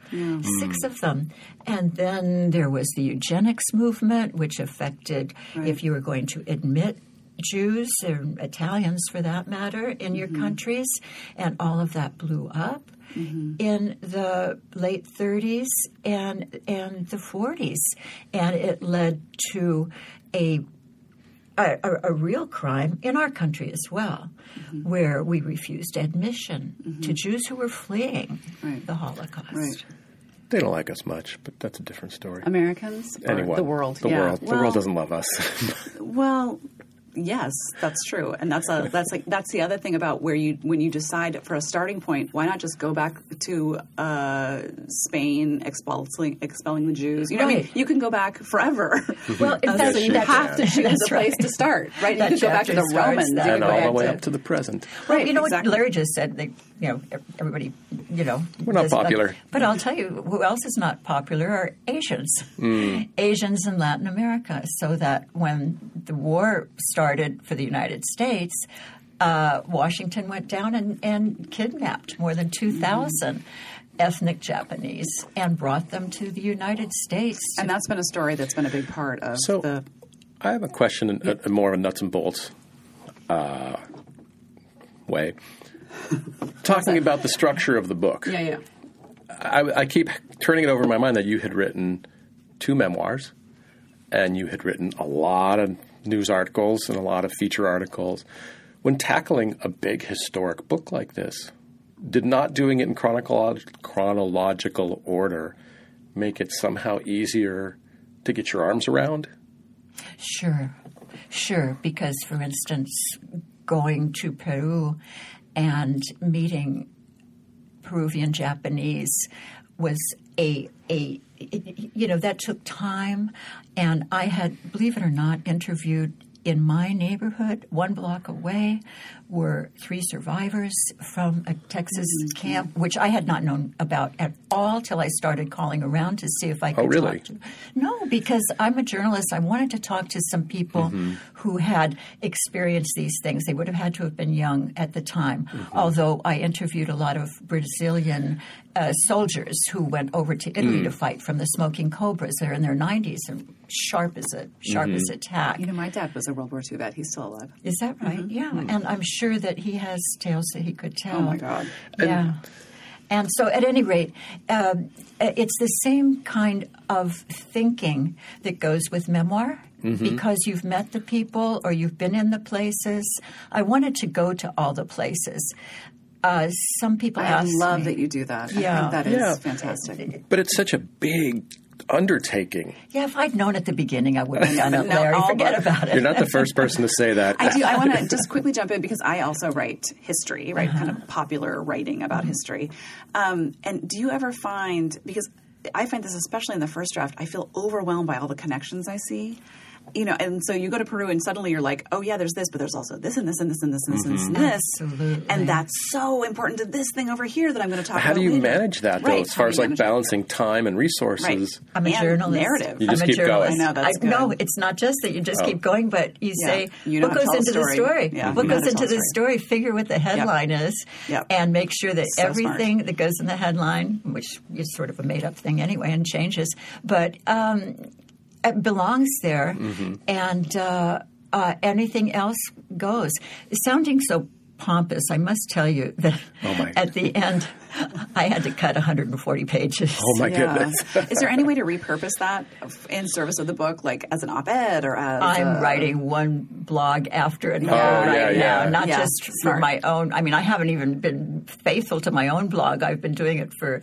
S4: six of them, and then there was the eugenics movement, which affected if you were going to admit Jews or Italians for that matter in your
S2: Mm-hmm.
S4: countries, and all of that blew up
S2: Mm-hmm.
S4: in the late 30s and and the 40s, and it led to a a, a, a real crime in our country as well,
S2: Mm-hmm.
S4: where we refused admission to Jews who were fleeing
S2: Right.
S4: the Holocaust.
S2: Right.
S1: They don't like us much, but that's a different story.
S2: Americans, or
S1: Anyone.
S2: the world,
S1: The
S2: yeah.
S1: world. the
S2: Well,
S1: world doesn't love us.
S2: Well, yes, that's true, and that's a, that's like that's the other thing about where you when you decide for a starting point, why not just go back to uh, Spain expelling expelling the Jews? You know, what I mean,
S4: Right.
S2: you can go back forever.
S4: Well, if
S2: Uh,
S4: that's-
S2: so you
S1: that's-
S2: have to choose a
S4: that's
S2: place
S4: right.
S2: to start, right?
S4: That
S2: You could go back to
S4: chapter
S2: the
S4: starts
S2: Romans,
S4: that.
S2: you
S1: and
S2: could go
S1: all
S2: back
S1: the way
S2: to-
S1: up to the present.
S2: Right,
S4: you know
S2: exactly.
S4: what Larry just said. They, you know, ev- everybody, you know,
S1: We're not
S4: does not-
S1: popular.
S4: but I'll tell you who else is not popular are Asians,
S1: Hmm.
S4: Asians in Latin America. So that when the war started for the United States. Uh, Washington went down and, and kidnapped more than 2,000
S1: Hmm.
S4: ethnic Japanese and brought them to the United States.
S2: and that's been a story that's been a big part of
S1: So,
S2: the.
S1: I have a question, a, a more of a nuts and bolts uh, way. Talking about the structure of the book,
S2: Yeah, yeah.
S1: I, I keep turning it over in my mind that you had written two memoirs, and you had written a lot of news articles and a lot of feature articles. When tackling a big historic book like this, did not doing it in chronolog- chronological order make it somehow easier to get your arms around?
S4: Sure, sure. Because, for instance, going to Peru and meeting Peruvian Japanese was a a you know that took time, and I had, believe it or not, interviewed. In my neighborhood, one block away, were three survivors from a Texas camp, which I had not known about at all till I started calling around to see if I could
S1: really?
S4: talk to no, because I'm a journalist. I wanted to talk to some people who had experienced these things. They would have had to have been young at the time. Although I interviewed a lot of Brazilian uh, soldiers who went over to Italy to fight from the smoking cobras. They're in their 90s and sharp as a sharp as a tack.
S2: You know, my dad was a World War II vet. He's still alive.
S4: Is that right? Yeah. And I'm sure that he has tales that he could tell.
S2: Oh my God.
S4: Yeah. And so, at any rate, um, uh, it's the same kind of thinking that goes with memoir
S2: Mm-hmm.
S4: because you've met the people or you've been in the places. I wanted to go to all the places. Uh, some people
S2: I
S4: ask
S2: love
S4: me,
S2: that you do that.
S4: Yeah.
S2: I think that is
S1: Yeah.
S2: fantastic.
S1: But it's such a big undertaking.
S4: "Yeah, if I'd known at the beginning, I would have done it,
S2: No,
S4: Larry.
S2: all
S4: Forget
S2: the-
S4: about it."
S1: You're not the first person to say that.
S2: I do. I want to just quickly jump in because I also write history, right? Kind
S1: Uh-huh.
S2: of popular writing about
S1: Mm-hmm.
S2: history. Um, and do you ever find because I find this especially in the first draft, I feel overwhelmed by all the connections I see. You know, and so you go to Peru and suddenly you're like, oh yeah, there's this, but there's also this and this and this and this and this
S1: Mm-hmm.
S2: and this
S4: Absolutely.
S2: and that's so important to this thing over here that I'm going to talk
S1: How
S2: about.
S1: do you
S2: later.
S1: manage that, though,
S2: Right,
S1: as far
S2: how
S1: as
S2: do you
S1: like
S2: manage that?
S1: balancing time and resources?
S4: I'm a
S2: and
S4: journalist.
S2: narrative.
S1: You
S4: I'm
S1: just
S4: a
S1: keep going. Oh.
S4: journalist.
S2: I know, that's good.
S4: no, it's not just that you just keep going, but you
S2: Yeah.
S4: say
S2: You know
S4: what
S2: how to
S4: goes
S2: tell a
S4: into the
S2: story.
S4: story.
S2: Yeah.
S4: What
S2: You know how
S4: goes
S2: to tell
S4: into
S2: a
S4: the story? Figure what the headline is,
S2: Yep.
S4: and make sure that
S2: So smart.
S4: everything that goes in the headline, which is sort of a made up thing anyway, and
S1: Mm-hmm.
S4: changes, but um, it belongs there, and. Uh, uh, anything else goes. Sounding so pompous, I must tell you that
S1: Oh, my.
S4: at the end, I had to cut 140 pages.
S1: Oh my
S2: Yeah.
S1: goodness.
S2: Is there any way to repurpose that in service of the book, like as an op-ed or as
S4: I'm
S2: a-
S4: writing one blog after another
S2: Oh,
S4: right
S1: uh, yeah,
S4: now,
S1: yeah.
S4: not
S2: Yeah,
S4: just for
S2: smart.
S4: my own. I mean, I haven't even been faithful to my own blog. I've been doing it for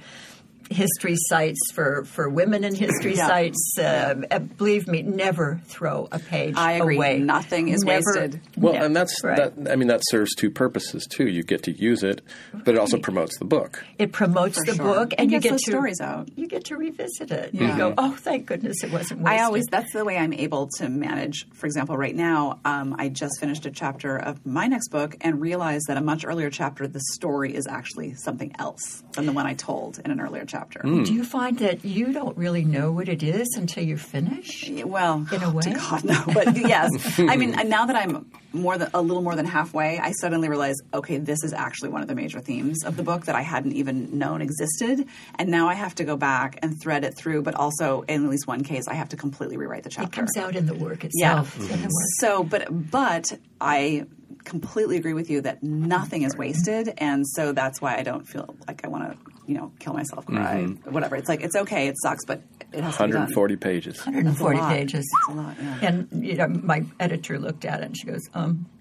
S4: history sites for for women in history
S2: Yeah.
S4: sites. Uh, uh, believe me, never throw a page
S2: I agree.
S4: away.
S2: Nothing is
S4: Never-
S2: wasted.
S1: Well,
S4: never.
S1: and that's
S4: Right.
S1: that. I mean, that serves two purposes too. You get to use it, but it also promotes the book.
S4: it promotes the
S2: sure.
S4: book,
S2: It
S4: and you
S2: gets
S4: get
S2: those
S4: to
S2: stories out.
S4: You get to revisit it.
S2: Yeah.
S4: You go, oh, thank goodness it wasn't. Wasted.
S2: I always that's the way I'm able to manage. For example, right now, um, I just finished a chapter of my next book and realized that a much earlier chapter, the story is actually something else than the one I told in an earlier chapter.
S4: Do you find that you don't really know what it is until you finish?
S2: Yeah, Well,
S4: In a way?
S2: to God, no. But yes, I mean, and now that I'm more than a little more than halfway, I suddenly realize, okay, this is actually one of the major themes of the book that I hadn't even known existed, and now I have to go back and thread it through. But also, in at least one case, I have to completely rewrite the chapter.
S4: It comes out in the work itself.
S1: Mm-hmm.
S4: in the work.
S2: So, but but I completely agree with you that nothing is wasted, and so that's why I don't feel like I want to, you know, kill myself, cry,
S1: Mm-hmm.
S2: whatever. It's like it's okay, it sucks, but it has to be done.
S1: 140 pages.
S4: 140
S2: That's a lot.
S4: pages.
S2: That's a lot, yeah.
S4: And you know, my editor looked at it and she goes, um.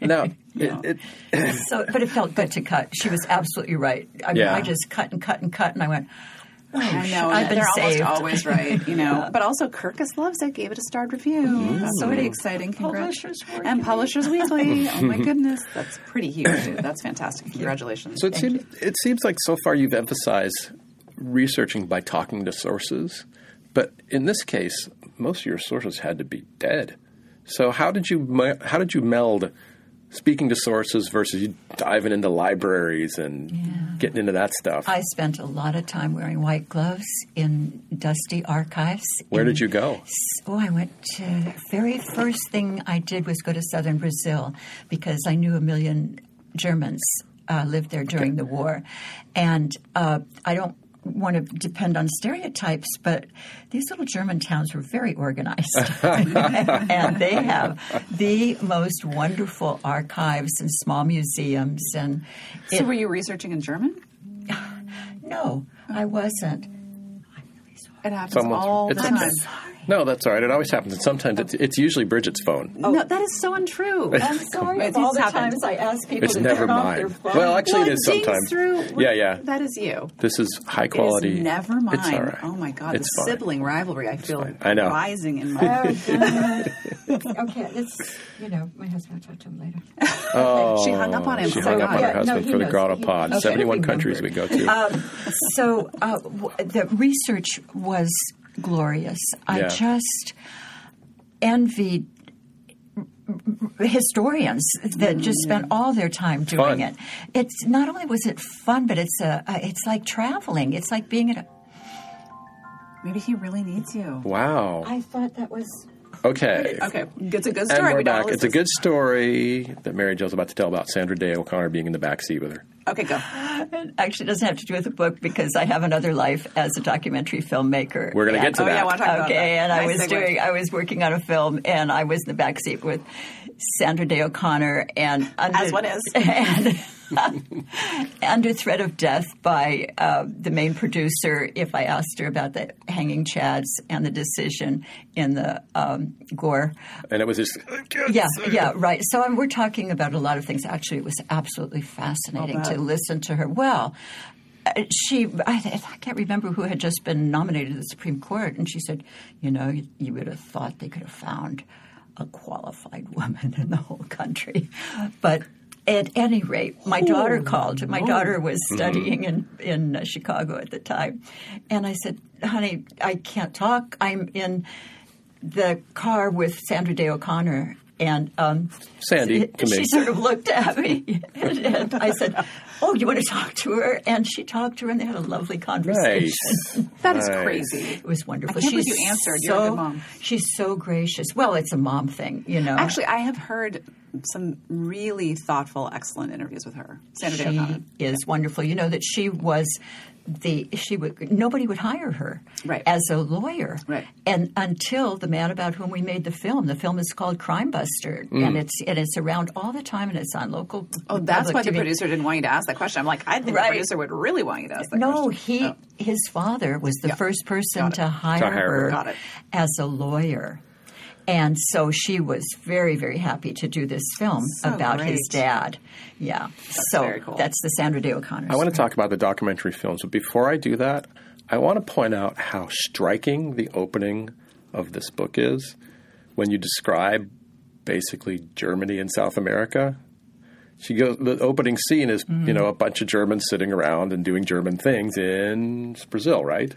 S1: Now, it, it,
S4: So, but it felt good to cut. She was absolutely right. I, mean,
S1: Yeah.
S4: I just cut and cut and cut, and I went. Oh,
S2: I know.
S4: I've been
S2: they're
S4: saved.
S2: almost always right, you know. But also, Kirkus loves it. Gave it a starred review.
S1: Mm-hmm.
S2: That's so pretty exciting. Congrats.
S4: Publishers Weekly.
S2: and Publishers Weekly. oh my goodness, that's pretty huge. dude. That's fantastic. Congratulations.
S1: So it seems it seems like so far you've emphasized researching by talking to sources, but in this case, most of your sources had to be dead. So how did you me- how did you meld speaking to sources versus you diving into libraries and getting into that stuff?
S4: I spent a lot of time wearing white gloves in dusty archives.
S1: Where
S4: in
S1: did you go?
S4: Oh, I went to the very first thing I did was go to southern Brazil because I knew a million Germans uh, lived there during the war, and uh, I don't want to depend on stereotypes, but these little German towns were very organized, and they have the most wonderful archives and small museums and.
S2: So
S4: it-
S2: were you researching in German?
S4: no, I wasn't. I'm really sorry.
S2: It happens
S1: Someone's-
S2: all the
S1: it's
S2: time.
S1: okay. No, that's all right. It always happens, and sometimes it's, it's usually Bridget's phone.
S2: No, that is so untrue.
S4: I'm sorry.
S2: It's
S4: Of all the
S2: happened.
S4: times I ask people
S1: It's
S4: to
S1: never
S4: turn off their
S1: mine.
S4: phone.
S1: Well, actually,
S2: Well,
S1: it is
S2: it dings
S1: sometimes.
S2: Through,
S1: Yeah, yeah.
S2: That is you.
S1: This is high
S2: It is
S1: quality.
S2: never mine.
S1: It's all right.
S2: Oh my god,
S1: it's
S2: the
S1: fine.
S2: sibling rivalry. I feel
S1: fine. I know.
S2: rising in my.
S4: okay, Oh, it's you know my husband will talk to him later.
S2: She hung up on him.
S1: Oh, She
S2: so
S1: hung up on her
S4: Yeah, no,
S1: husband
S4: he
S1: for the
S4: knows.
S1: Grotto
S4: He-
S1: Pod.
S4: okay.
S1: 71 countries we go to.
S2: Uh,
S4: So uh, w- the research was glorious. I
S1: Yeah.
S4: just envied historians that just spent all their time doing
S1: Mm. Fun.
S4: it. It's not only was it fun, but it's a, a it's like traveling. It's like being at a.
S2: Maybe he really needs you.
S1: wow.
S4: I thought that was
S1: Okay.
S2: Okay, it's a good
S1: And
S2: story.
S1: we're
S2: We don't
S1: back.
S2: lose
S1: It's a
S2: this.
S1: good story that Mary Jo's about to tell about Sandra Day O'Connor being in the backseat with her.
S2: Okay, go. Oh,
S4: actually it doesn't have to do with the book because I have another life as a documentary filmmaker.
S1: We're going to
S4: And-
S1: get to
S2: Oh,
S1: that.
S2: yeah, I wanna talk about
S4: okay,
S2: that.
S4: and I
S2: Nice
S4: was
S2: segue.
S4: doing I was working on a film and I was in the back seat with Sandra Day O'Connor and under,
S2: As one is.
S4: and under threat of death by uh, the main producer if I asked her about the hanging chads and the decision in the um, gore.
S1: and it was just
S4: Yeah, yeah, right. So um, we're talking about a lot of things. Actually, it was absolutely fascinating
S2: I'll bet.
S4: to listen to her. Well, uh, she, I, I can't remember who had just been nominated to the Supreme Court, and she said, you know, you, you would have thought they could have found a qualified woman in the whole country. But at any rate, my daughter called. My daughter was studying in, in uh, Chicago at the time. And I said, honey, I can't talk. I'm in the car with Sandra Day O'Connor, and um,
S1: Sandy,
S4: she,
S1: come in.
S4: sort of looked at me, and, and I said, "Oh, you want to talk to her?" And she talked to her, and they had a lovely conversation.
S1: nice.
S2: That is
S1: Nice.
S2: crazy.
S4: It was wonderful.
S2: I can't
S4: she's
S2: believe you answered.
S4: So,
S2: You're a good mom.
S4: She's so gracious. Well, it's a mom thing, you know.
S2: Actually, I have heard some really thoughtful, excellent interviews with her. Sandra Day
S4: she
S2: O'Connor.
S4: is wonderful. You know that she was the she would nobody would hire her
S2: Right.
S4: as a lawyer
S2: Right.
S4: and until the man about whom we made the film the film is called crime buster and it's and it's around all the time and it's on local
S2: Mm. Oh, that's
S4: public
S2: why the
S4: TV.
S2: producer didn't want you to ask that question. I'm like, I think the
S4: Right.
S2: producer would really want you to ask that
S4: no
S2: question.
S4: he his father was
S2: Oh.
S4: the
S2: Yeah.
S4: first person
S2: Got it.
S4: to hire,
S1: hire her.
S4: her
S2: Got it.
S4: as a lawyer and so she was very very happy to do this film
S2: So
S4: about his
S2: great.
S4: dad yeah so
S2: very cool.
S4: that's the sandra day o'connor
S1: I want to talk about the documentary films, but before I do that, I want to point out how striking the opening of this book is when you describe basically Germany and South America. She goes. The opening scene is you know a bunch of Germans sitting around and doing German things in Brazil, right?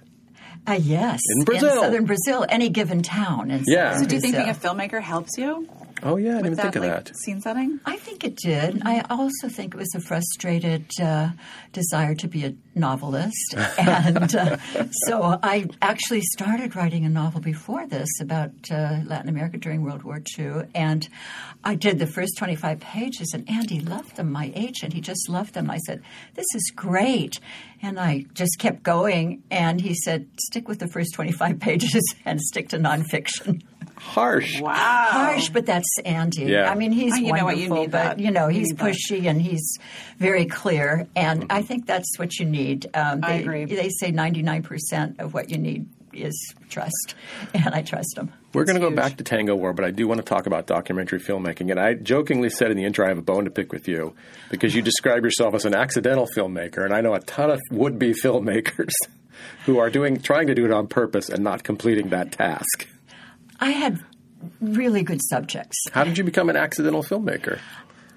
S4: Uh, yes,
S1: In Brazil.
S4: southern Brazil, any given town. In
S1: Yeah.
S4: southern
S1: So
S2: Do you think
S4: Brazil.
S2: being a filmmaker helps you?
S1: Oh yeah, I didn't even
S2: That,
S1: think of
S2: like,
S1: that.
S2: Scene setting?
S4: I think it did. I also think it was a frustrated uh, desire to be a novelist, and uh, so I actually started writing a novel before this about uh, Latin America during World War II, and I did the first twenty-five pages, and Andy loved them. My agent, he just loved them. I said, "This is great," and I just kept going, and he said, "Stick with the first twenty-five pages and stick to nonfiction."
S1: Harsh.
S2: Wow.
S4: harsh, but that's Andy.
S1: Yeah.
S4: I mean, he's
S2: Oh, you know
S4: wonderful,
S2: what, you need
S4: but
S2: that.
S4: you know
S2: You
S4: he's
S2: need that.
S4: pushy and he's very clear. And I think that's what you need. Um, they,
S2: I agree.
S4: They say ninety nine percent of what you need is trust, and I trust him.
S1: We're going to go
S2: huge.
S1: back to Tango War, but I do want to talk about documentary filmmaking. And I jokingly said in the intro, I have a bone to pick with you because you describe yourself as an accidental filmmaker, and I know a ton of would-be filmmakers who are doing trying to do it on purpose and not completing that task.
S4: I had really good subjects.
S1: How did you become an accidental filmmaker?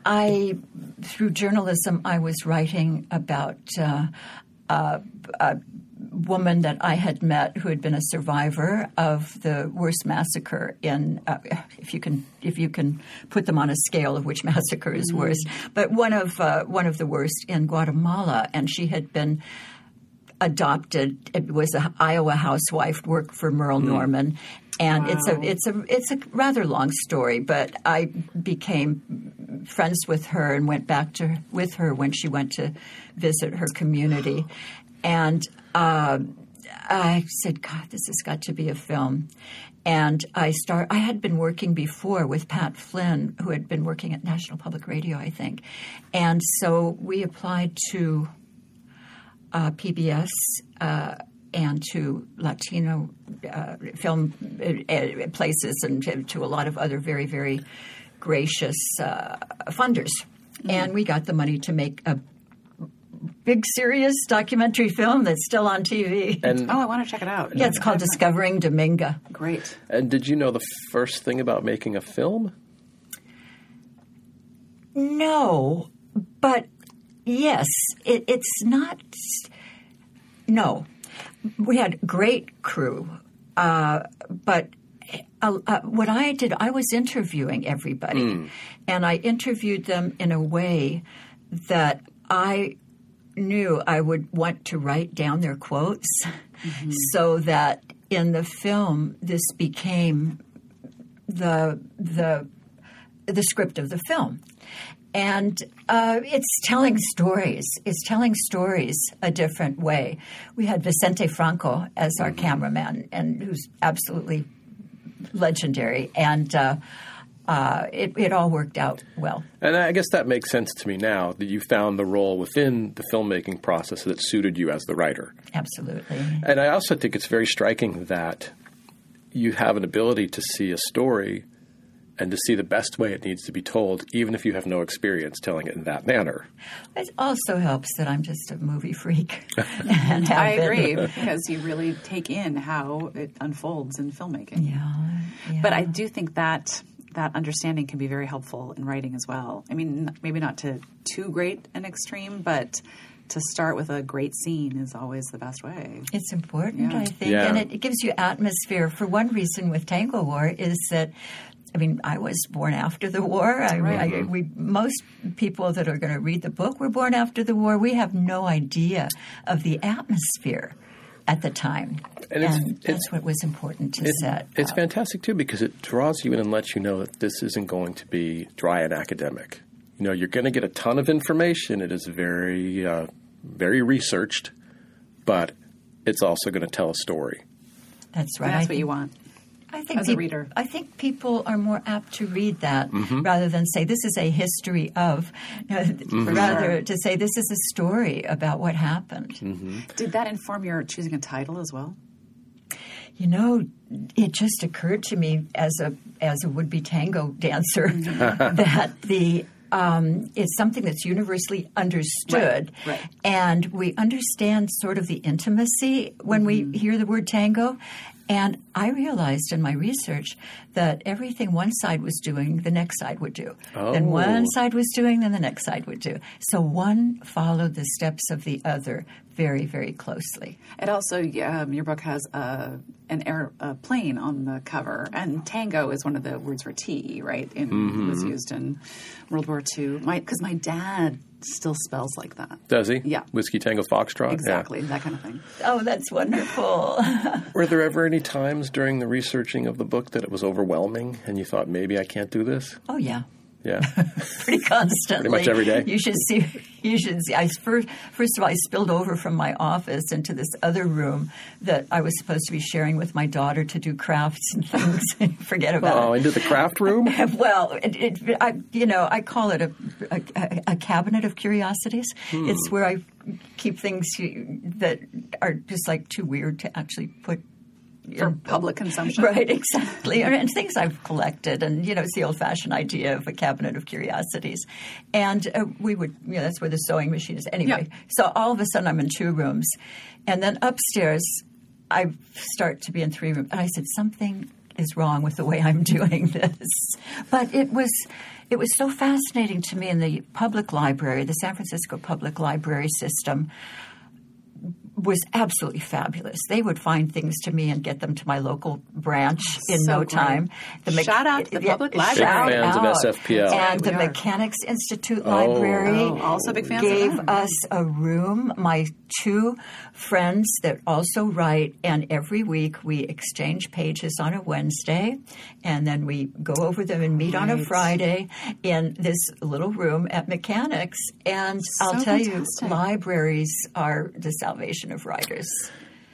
S4: I, through journalism, I was writing about uh, a, a woman that I had met who had been a survivor of the worst massacre in, uh, if you can, if you can put them on a scale of which massacre is worst, but one of uh, one of the worst in Guatemala, and she had been adopted. It was an Iowa housewife, worked for Merle Norman, and it's a it's a it's a rather long story. But I became friends with her and went back to with her when she went to visit her community, and. um I said, God, this has got to be a film. And I start. I had been working before with Pat Flynn, who had been working at National Public Radio, I think. And so we applied to uh, PBS uh, and to Latino uh, film uh, uh, places and to, to a lot of other very, very gracious uh, funders. And we got the money to make a big, serious documentary film that's still on TV.
S1: And
S2: Oh, I want to check it out.
S4: yeah, it's called Discovering Dominga.
S2: Great.
S1: and did you know the first thing about making a film?
S4: No, but yes, it, it's not. No, we had great crew, uh, but uh, uh, what I did, I was interviewing everybody, and I interviewed them in a way that I knew I would want to write down their quotes, so that in the film this became the the the script of the film. And uh, it's telling stories. It's telling stories a different way. We had Vicente Franco as our cameraman, and who's absolutely legendary. And uh, uh, it, it all worked out well.
S1: And I guess that makes sense to me now that you found the role within the filmmaking process that suited you as the writer.
S4: Absolutely.
S1: And I also think it's very striking that you have an ability to see a story and to see the best way it needs to be told, even if you have no experience telling it in that manner.
S4: It also helps that I'm just a movie freak. and have
S2: I
S4: been.
S2: agree because you really take in how it unfolds in filmmaking.
S4: Yeah, yeah.
S2: But I do think that that understanding can be very helpful in writing as well. I mean, n- maybe not to too great an extreme, but to start with a great scene is always the best way.
S4: It's important, I think,
S1: Yeah.
S4: and it, it gives you atmosphere. For one reason, with Tango War is that. I mean, I was born after the war. I, I, we, most people that are going to read the book were born after the war. We have no idea of the atmosphere at the time,
S1: And
S4: and,
S1: it's-
S4: that's what was important to set.
S1: It's fantastic, too, because it draws you in and lets you know that this isn't going to be dry and academic. You know, you're going to get a ton of information. It is very, uh, very researched, but it's also going to tell a story.
S4: That's right.
S2: That's
S4: I
S2: what you want.
S4: I think
S2: As a
S4: peop-
S2: reader.
S4: I think people are more apt to read that
S1: Mm-hmm.
S4: rather than say this is a history of,
S1: Mm-hmm.
S4: rather
S2: sure.
S4: to say this is a story about what happened.
S2: Did that inform your choosing a title as well?
S4: You know, it just occurred to me as a as a would be tango dancer that the um, it's something that's universally understood,
S2: Right, right.
S4: and we understand sort of the intimacy when we hear the word tango. And I realized in my research that everything one side was doing, the next side would do. Then
S1: Oh.
S4: one side was doing, then the next side would do. So one followed the steps of the other very, very closely.
S2: It also, yeah, um, your book has uh, an air a plane on the cover, and tango is one of the words for tea, right? In, Was used in World War II. My because my dad still spells like that.
S1: Does he?
S2: Yeah.
S1: Whiskey Tango Foxtrot? Yeah.
S2: Exactly, that kind of thing.
S4: Oh, that's wonderful.
S1: Were there ever any times during the researching of the book that it was overwhelming and you thought, maybe I can't do this?
S4: Oh yeah,
S1: Yeah.
S4: pretty constantly.
S1: Pretty much every day.
S4: You should see. You should see. I first, first of all, I spilled over from my office into this other room that I was supposed to be sharing with my daughter to do crafts and things. Forget
S1: oh,
S4: about it.
S1: into the craft room?
S4: Well, it, it, I, you know, I call it a, a, a cabinet of curiosities.
S1: Hmm.
S4: It's where I keep things you, that are just like too weird to actually put
S2: For public consumption.
S4: Right, exactly. And, and things I've collected, and you know, it's the old-fashioned idea of a cabinet of curiosities. And uh, we would, you know, that's where the sewing machine is. Anyway,
S2: Yeah.
S4: so all of a sudden I'm in two rooms, and then upstairs I start to be in three rooms. And I said something is wrong with the way I'm doing this. But it was. It was so fascinating to me in the public library, the San Francisco Public Library System was absolutely fabulous. They would find things to me and get them to my local branch in
S2: So
S4: no
S2: great.
S4: time.
S2: Shout out to the
S4: yeah,
S2: public
S4: shout
S2: library.
S1: Big fans of
S4: out.
S1: SFPL.
S4: And
S2: We
S4: the
S2: are.
S4: Mechanics Institute Library
S2: Oh, also big fans of
S4: gave
S2: them.
S4: us a room. My two friends that also write, and every week we exchange pages on a Wednesday, and then we go over them and meet on a Friday in this little room at Mechanics. And I'll
S2: So
S4: tell
S2: fantastic.
S4: you, libraries are the salvation of writers.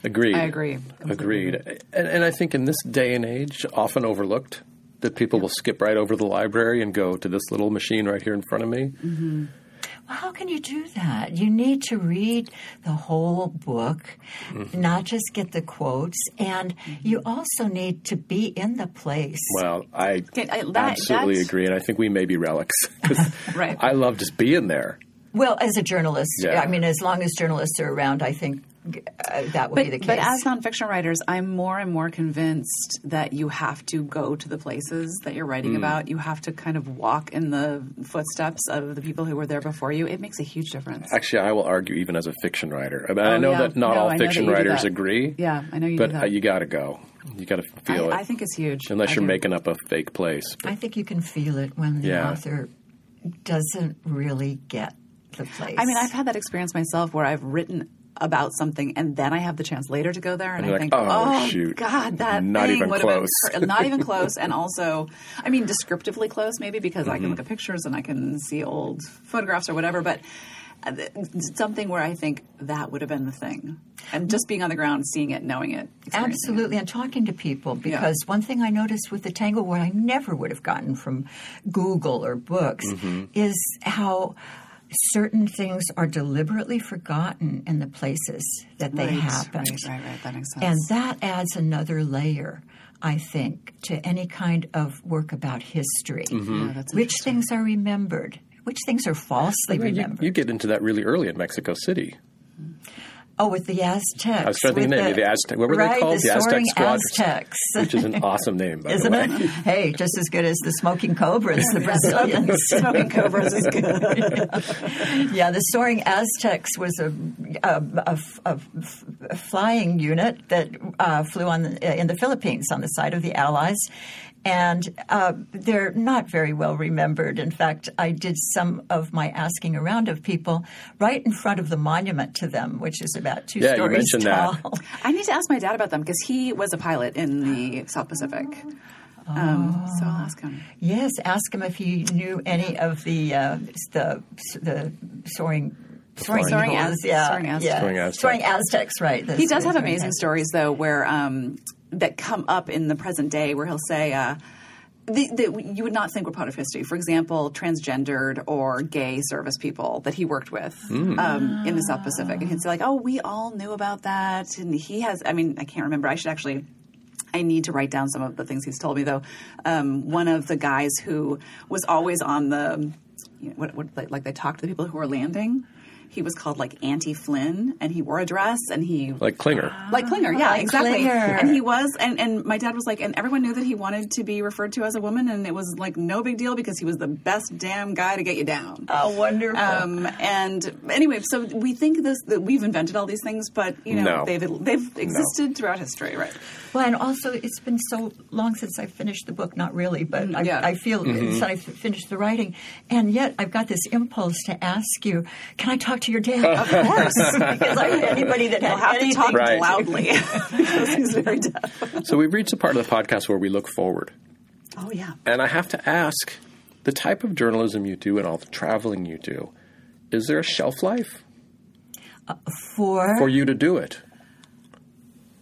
S1: Agreed.
S2: I agree.
S1: Agreed. And, and I think in this day and age, often overlooked, that people will skip right over to the library and go to this little machine right here in front of me.
S2: Mm-hmm.
S4: How can you do that? You need to read the whole book, not just get the quotes, and you
S2: Mm-hmm.
S4: also need to be in the place.
S1: Well, I
S2: Can- I- that-
S1: absolutely
S2: that's-
S1: agree. And I think we may be relics. 'Cause
S2: Right.
S1: I love just being there.
S4: Well, as a journalist,
S1: Yeah.
S4: I mean, as long as journalists are around, I think uh, that will be the
S2: But,
S4: case.
S2: but as nonfiction writers, I'm more and more convinced that you have to go to the places that you're writing about. You have to kind of walk in the footsteps of the people who were there before you. It makes a huge difference.
S1: Actually, I will argue even as a fiction writer. I, mean, I know
S2: Oh, yeah.
S1: that not
S2: No,
S1: all
S2: I know
S1: fiction
S2: that you do
S1: writers
S2: that.
S1: agree.
S2: Yeah, I know you do
S1: But
S2: that.
S1: uh, you got to go. You got to feel
S2: I,
S1: it.
S2: I think it's huge.
S1: Unless
S2: I
S1: you're
S2: do.
S1: making up a fake place.
S4: I think you can feel it when the
S1: Yeah.
S4: author doesn't really get the place.
S2: I mean, I've had that experience myself where I've written about something and then I have the chance later to go there and,
S1: And you're
S2: I
S1: like, "Oh,
S2: think,
S1: shoot.
S2: God, that
S1: Not
S2: thing
S1: even
S2: would've been
S1: close."
S2: cr- not even close, and also, I mean, descriptively close maybe because I
S1: Mm-hmm.
S2: can look at pictures and I can see old photographs or whatever, but uh, th- something where I think that would have been the thing, and just being on the ground, seeing it, knowing it, experiencing it.
S4: Absolutely, and talking to people because one thing I noticed with the tango, what I never would have gotten from Google or books,
S1: Mm-hmm.
S4: is how certain things are deliberately forgotten in the places that they
S2: Right,
S4: happened.
S2: right, right, right. That makes sense.
S4: And that adds another layer, I think, to any kind of work about history.
S1: Mm-hmm.
S2: Yeah, that's
S4: Which things are remembered? Which things are falsely
S1: You,
S4: remembered?
S1: you get into that really early in Mexico City.
S4: oh, with the Aztecs.
S1: I was trying to think
S4: with
S1: of the name. The Aztec- what were they
S4: right,
S1: called?
S4: The,
S1: The Aztec
S4: soaring
S1: squadrons.
S4: Aztecs.
S1: Which is an awesome name, by
S4: Isn't
S1: the way.
S4: it? Hey, just as good as the smoking cobras, the Brazilians.
S2: Smoking cobras is good.
S4: yeah, the soaring Aztecs was a, a, a- a- a flying unit that uh, flew on the, in the Philippines on the side of the Allies. And uh, they're not very well remembered. In fact, I did some of my asking around of people right in front of the monument to them, which is about two
S1: Yeah, you
S4: stories
S1: mentioned
S4: tall.
S1: that.
S2: I need to ask my dad about them because he was a pilot in the South Pacific. Um, so I'll ask him.
S4: Yes, ask him if he knew any of the uh, the the soaring Soaring,
S2: Soaring
S4: Eagles,
S2: Az-
S4: yeah,
S2: Soaring Aztecs.
S4: yeah.
S1: Soaring Aztecs.
S4: Soaring Aztecs, right?
S2: He does have amazing stories though, where um, that come up in the present day, where he'll say. Uh, the, the, you would not think were part of history. For example, transgendered or gay service people that he worked with um, in the South Pacific, and he'd say like, "Oh, we all knew about that." And he has, I mean, I can't remember. I should actually I need to write down some of the things he's told me, though. Um, one of the guys who was always on the, you know, what, what, like, like they talked to the people who were landing. He was called like Auntie Flynn, and he wore a dress, and he
S1: Like Klinger.
S2: Oh, like Klinger, yeah,
S4: Like
S2: exactly.
S4: Klinger.
S2: And he was, and, and my dad was like, and everyone knew that he wanted to be referred to as a woman, and it was like no big deal because he was the best damn guy to get you down.
S4: Oh, wonderful.
S2: Um, and anyway, so we think this that we've invented all these things, but you know
S1: No.
S2: they've they've existed throughout history, right?
S4: Well, and also it's been so long since I finished the book. Not really, but I,
S2: Mm, yeah.
S4: I feel
S1: Mm-hmm.
S4: since I finished the writing, and yet I've got this impulse to ask you, can I talk to your dad? Of course, because I, anybody that
S2: I'll
S4: had
S2: have to
S4: anything
S2: talk
S1: Right.
S2: loudly because he's very deaf.
S1: So we've reached a part of the podcast where we look forward.
S2: Oh yeah.
S1: And I have to ask the type of journalism you do and all the traveling you do, is there a shelf life
S4: for,
S1: for you to do it?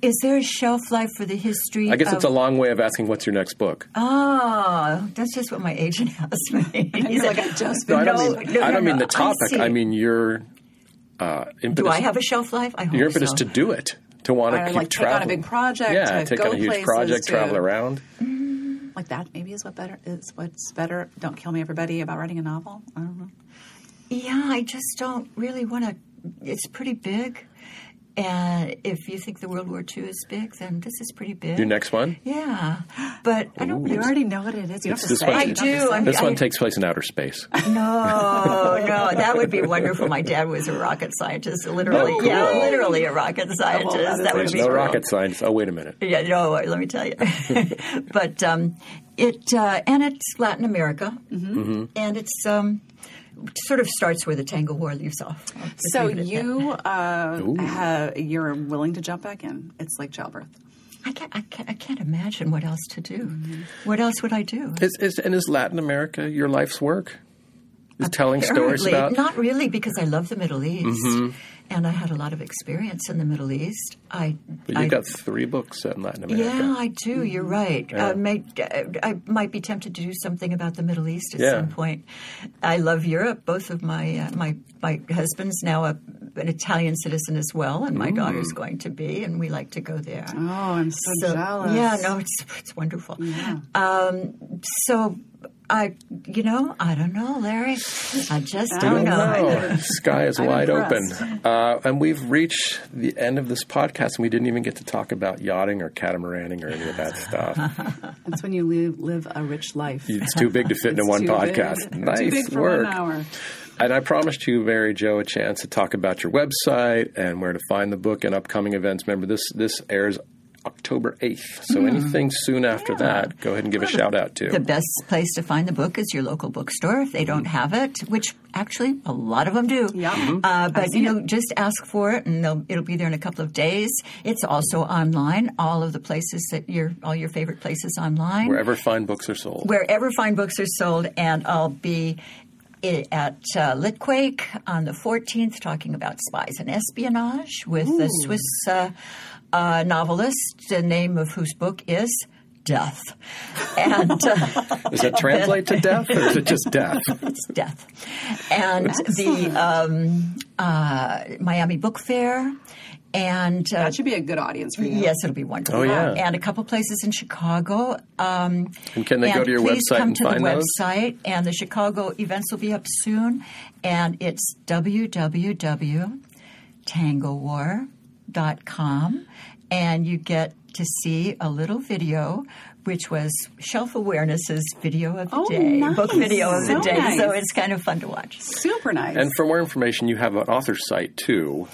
S4: is there a shelf life for the history?
S1: I guess
S4: of,
S1: it's a long way of asking what's your next book.
S4: Oh, that's just what my agent asked me. He
S2: You're
S4: said,
S2: like I just
S1: No, I don't
S4: no,
S1: mean
S4: no,
S1: I don't
S4: no,
S1: mean
S4: no,
S1: the
S4: I
S1: topic.
S4: see.
S1: I, mean your uh, impetus.
S4: Do I have a shelf life? I hope
S1: your impetus
S4: so.
S1: to do it, to want to
S2: Or,
S1: keep
S2: like, take on a
S1: traveling.
S2: big project,
S1: Yeah,
S2: to
S1: take
S2: go
S1: on a huge
S2: places,
S1: project,
S2: to-
S1: travel around.
S2: like that. Maybe is what better is what's better. Don't kill me, everybody, about writing a novel. I don't know.
S4: Yeah, I just don't really want to. It's pretty big. And if you think the World War II is big, then this is pretty big.
S1: Your next one.
S4: Yeah. But I don't
S2: You
S4: really.
S2: already know what it is. You
S1: It's
S2: don't have to
S1: this
S2: say.
S1: one.
S2: it.
S1: I
S2: You don't have to
S4: do.
S2: say
S4: I'm-
S2: it.
S1: This one
S4: I-
S1: takes place in outer space.
S4: No, no. That would be wonderful. My dad was a rocket scientist, literally.
S1: cool.
S4: Yeah, literally a rocket scientist.
S2: that is
S4: that would
S1: There's
S4: be
S1: no
S4: cool.
S1: rocket science. Oh, wait a minute.
S4: Yeah, no, let me tell you. but um, it uh, and it's Latin America,
S2: Mm-hmm.
S1: Mm-hmm.
S4: and it's um, sort of starts where the Tango War leaves off. I'll just
S2: So
S4: leave it at that.
S2: you uh, have, you're willing to jump back in. It's like childbirth.
S4: I can't, I can't, I can't imagine what else to do.
S2: Mm-hmm.
S4: What else would I do?
S1: Is, is, and is Latin America your life's work? Is telling stories
S4: Apparently,
S1: about Mm-hmm.
S4: not really, because I love the Middle East, and I had a lot of experience in the Middle East. I,
S1: But
S4: I
S1: you've got three books set in Latin America.
S4: yeah, I do.
S2: Mm-hmm.
S4: You're right. I, might, I might be tempted to do something about the Middle East at
S1: Yeah.
S4: some point. I love Europe. Both of my uh, my my husband's now a, an Italian citizen as well, and my daughter's going to be, and we like to go there.
S2: Oh, I'm so,
S4: So-
S2: jealous.
S4: Yeah, no, it's it's wonderful. Um, so I, you know, I don't know, Larry. I just
S1: I
S4: don't
S1: don't
S4: know.
S1: know. Oh, Sky is wide
S2: impressed.
S1: open. Uh, and we've reached the end of this podcast, and we didn't even get to talk about yachting or catamaraning or any of that stuff.
S2: That's when you live, live a rich life.
S1: It's too big to fit into
S2: It's
S1: one
S2: too
S1: podcast.
S2: big.
S1: Nice
S2: too big for
S1: work.
S2: One hour.
S1: And I promised you, Mary Joe, a chance to talk about your website and where to find the book and upcoming events. Remember, this this airs October 8th. So anything soon after that, go ahead and give a shout out to.
S4: The best place to find the book is your local bookstore if they don't have it, which actually a lot of them do.
S2: Yeah. Mhm.
S4: Uh, but you know, just ask for it, and they'll, it'll be there in a couple of days. It's also online, all of the places that your all your favorite places online.
S1: Wherever fine books are sold.
S4: wherever fine books are sold, and I'll be i- at uh, Litquake on the 14th talking about spies and espionage with the Swiss uh, uh, novelist, the name of whose book is Death. And uh,
S1: Does that translate to death or is it just death?
S4: it's Death. And the um, uh, Miami Book Fair. And uh,
S2: That should be a good audience for you.
S4: Yes, it'll be wonderful.
S1: Oh, yeah.
S4: And a couple places in Chicago. Um,
S1: And can they go to your
S4: please
S1: website
S4: come
S1: and
S4: to
S1: find
S4: the
S1: those?
S4: website, and the Chicago events will be up soon. And it's www.tangowar.com, and you get to see a little video. Which was Shelf Awareness's video of the
S2: Oh,
S4: day,
S2: nice.
S4: book video of
S2: So
S4: the day. So
S2: nice.
S4: it's kind of fun to watch.
S2: Super nice.
S1: And for more information, you have an author site too.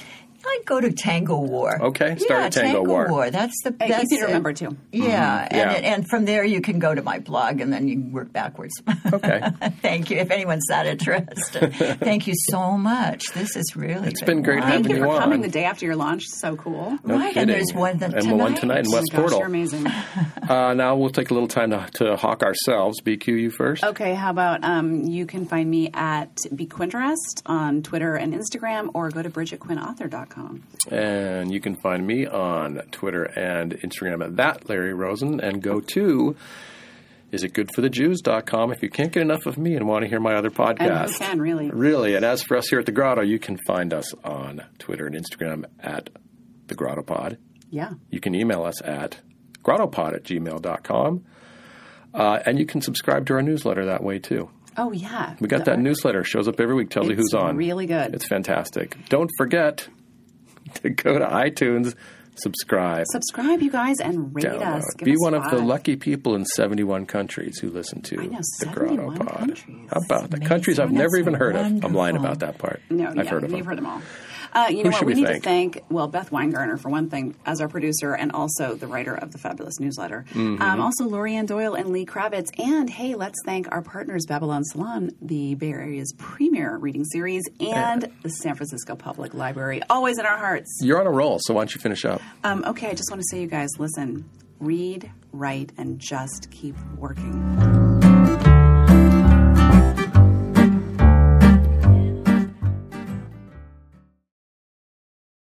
S4: I'd go to Tango War.
S1: Okay, start
S4: yeah,
S1: at Tango War.
S4: That's the
S2: Uh,
S4: that's
S2: easy to
S4: it.
S2: remember, too.
S4: Yeah, and
S1: Mm-hmm. yeah.
S4: It, and from there you can go to my blog and then you can work backwards.
S1: Okay.
S4: thank you. If anyone's that interested, thank you so much. This is really
S1: It's been great
S4: wine.
S1: having
S2: Thank you for
S1: Anyone.
S2: coming the day after your launch. So cool.
S1: No
S4: right, and
S1: kidding.
S4: there's one that
S1: And one tonight in
S4: tonight.
S1: West
S2: oh my gosh,
S1: Portal.
S2: you're amazing.
S1: Uh, now we'll take a little time to, to hawk ourselves. BQ, you first.
S2: Okay, how about um, you can find me at BeQuinterest on Twitter and Instagram or go to BridgetQuinnAuthor.com.
S1: And you can find me on Twitter and Instagram at that Larry Rosen and go to isitgoodforthejews.com if you can't get enough of me and want to hear my other podcast.
S2: And you can, really.
S1: Really. And as for us here at The Grotto, you can find us on Twitter and Instagram at The Grotto Pod.
S2: Yeah.
S1: You can email us at grottopod at gmail.com. Uh, and you can subscribe to our newsletter that way too.
S2: Oh, yeah.
S1: We got that newsletter. Shows up every week, tells you
S2: It's
S1: who's on.
S2: really good.
S1: It's fantastic. Don't forget to go to iTunes, subscribe,
S2: Subscribe, you guys, and rate
S1: download.
S2: us. Give
S1: Be
S2: us
S1: one of the
S2: five.
S1: lucky people in 71 countries who listen to
S2: know,
S1: the Grotto
S2: 71
S1: Pod.
S2: countries.
S1: How about the
S4: amazing.
S1: countries I've
S4: That's
S1: never even heard of? I'm lying
S4: wonderful.
S1: about that part.
S2: No,
S1: I've
S2: yeah,
S1: heard of
S2: you've
S1: them.
S2: heard them all. Uh, you know
S1: should
S2: what? We,
S1: we
S2: need to thank well Beth Weingartner for one thing as our producer and also the writer of the fabulous newsletter.
S1: Mm-hmm.
S2: Um, also Lorianne Doyle and Lee Kravitz. And hey, let's thank our partners Babylon Salon, the Bay Area's premier reading series, and the San Francisco Public Library. Always in our hearts.
S1: You're on a roll, so why don't you finish up?
S2: Um, okay, I just want to say, you guys, listen, read, write, and just keep working.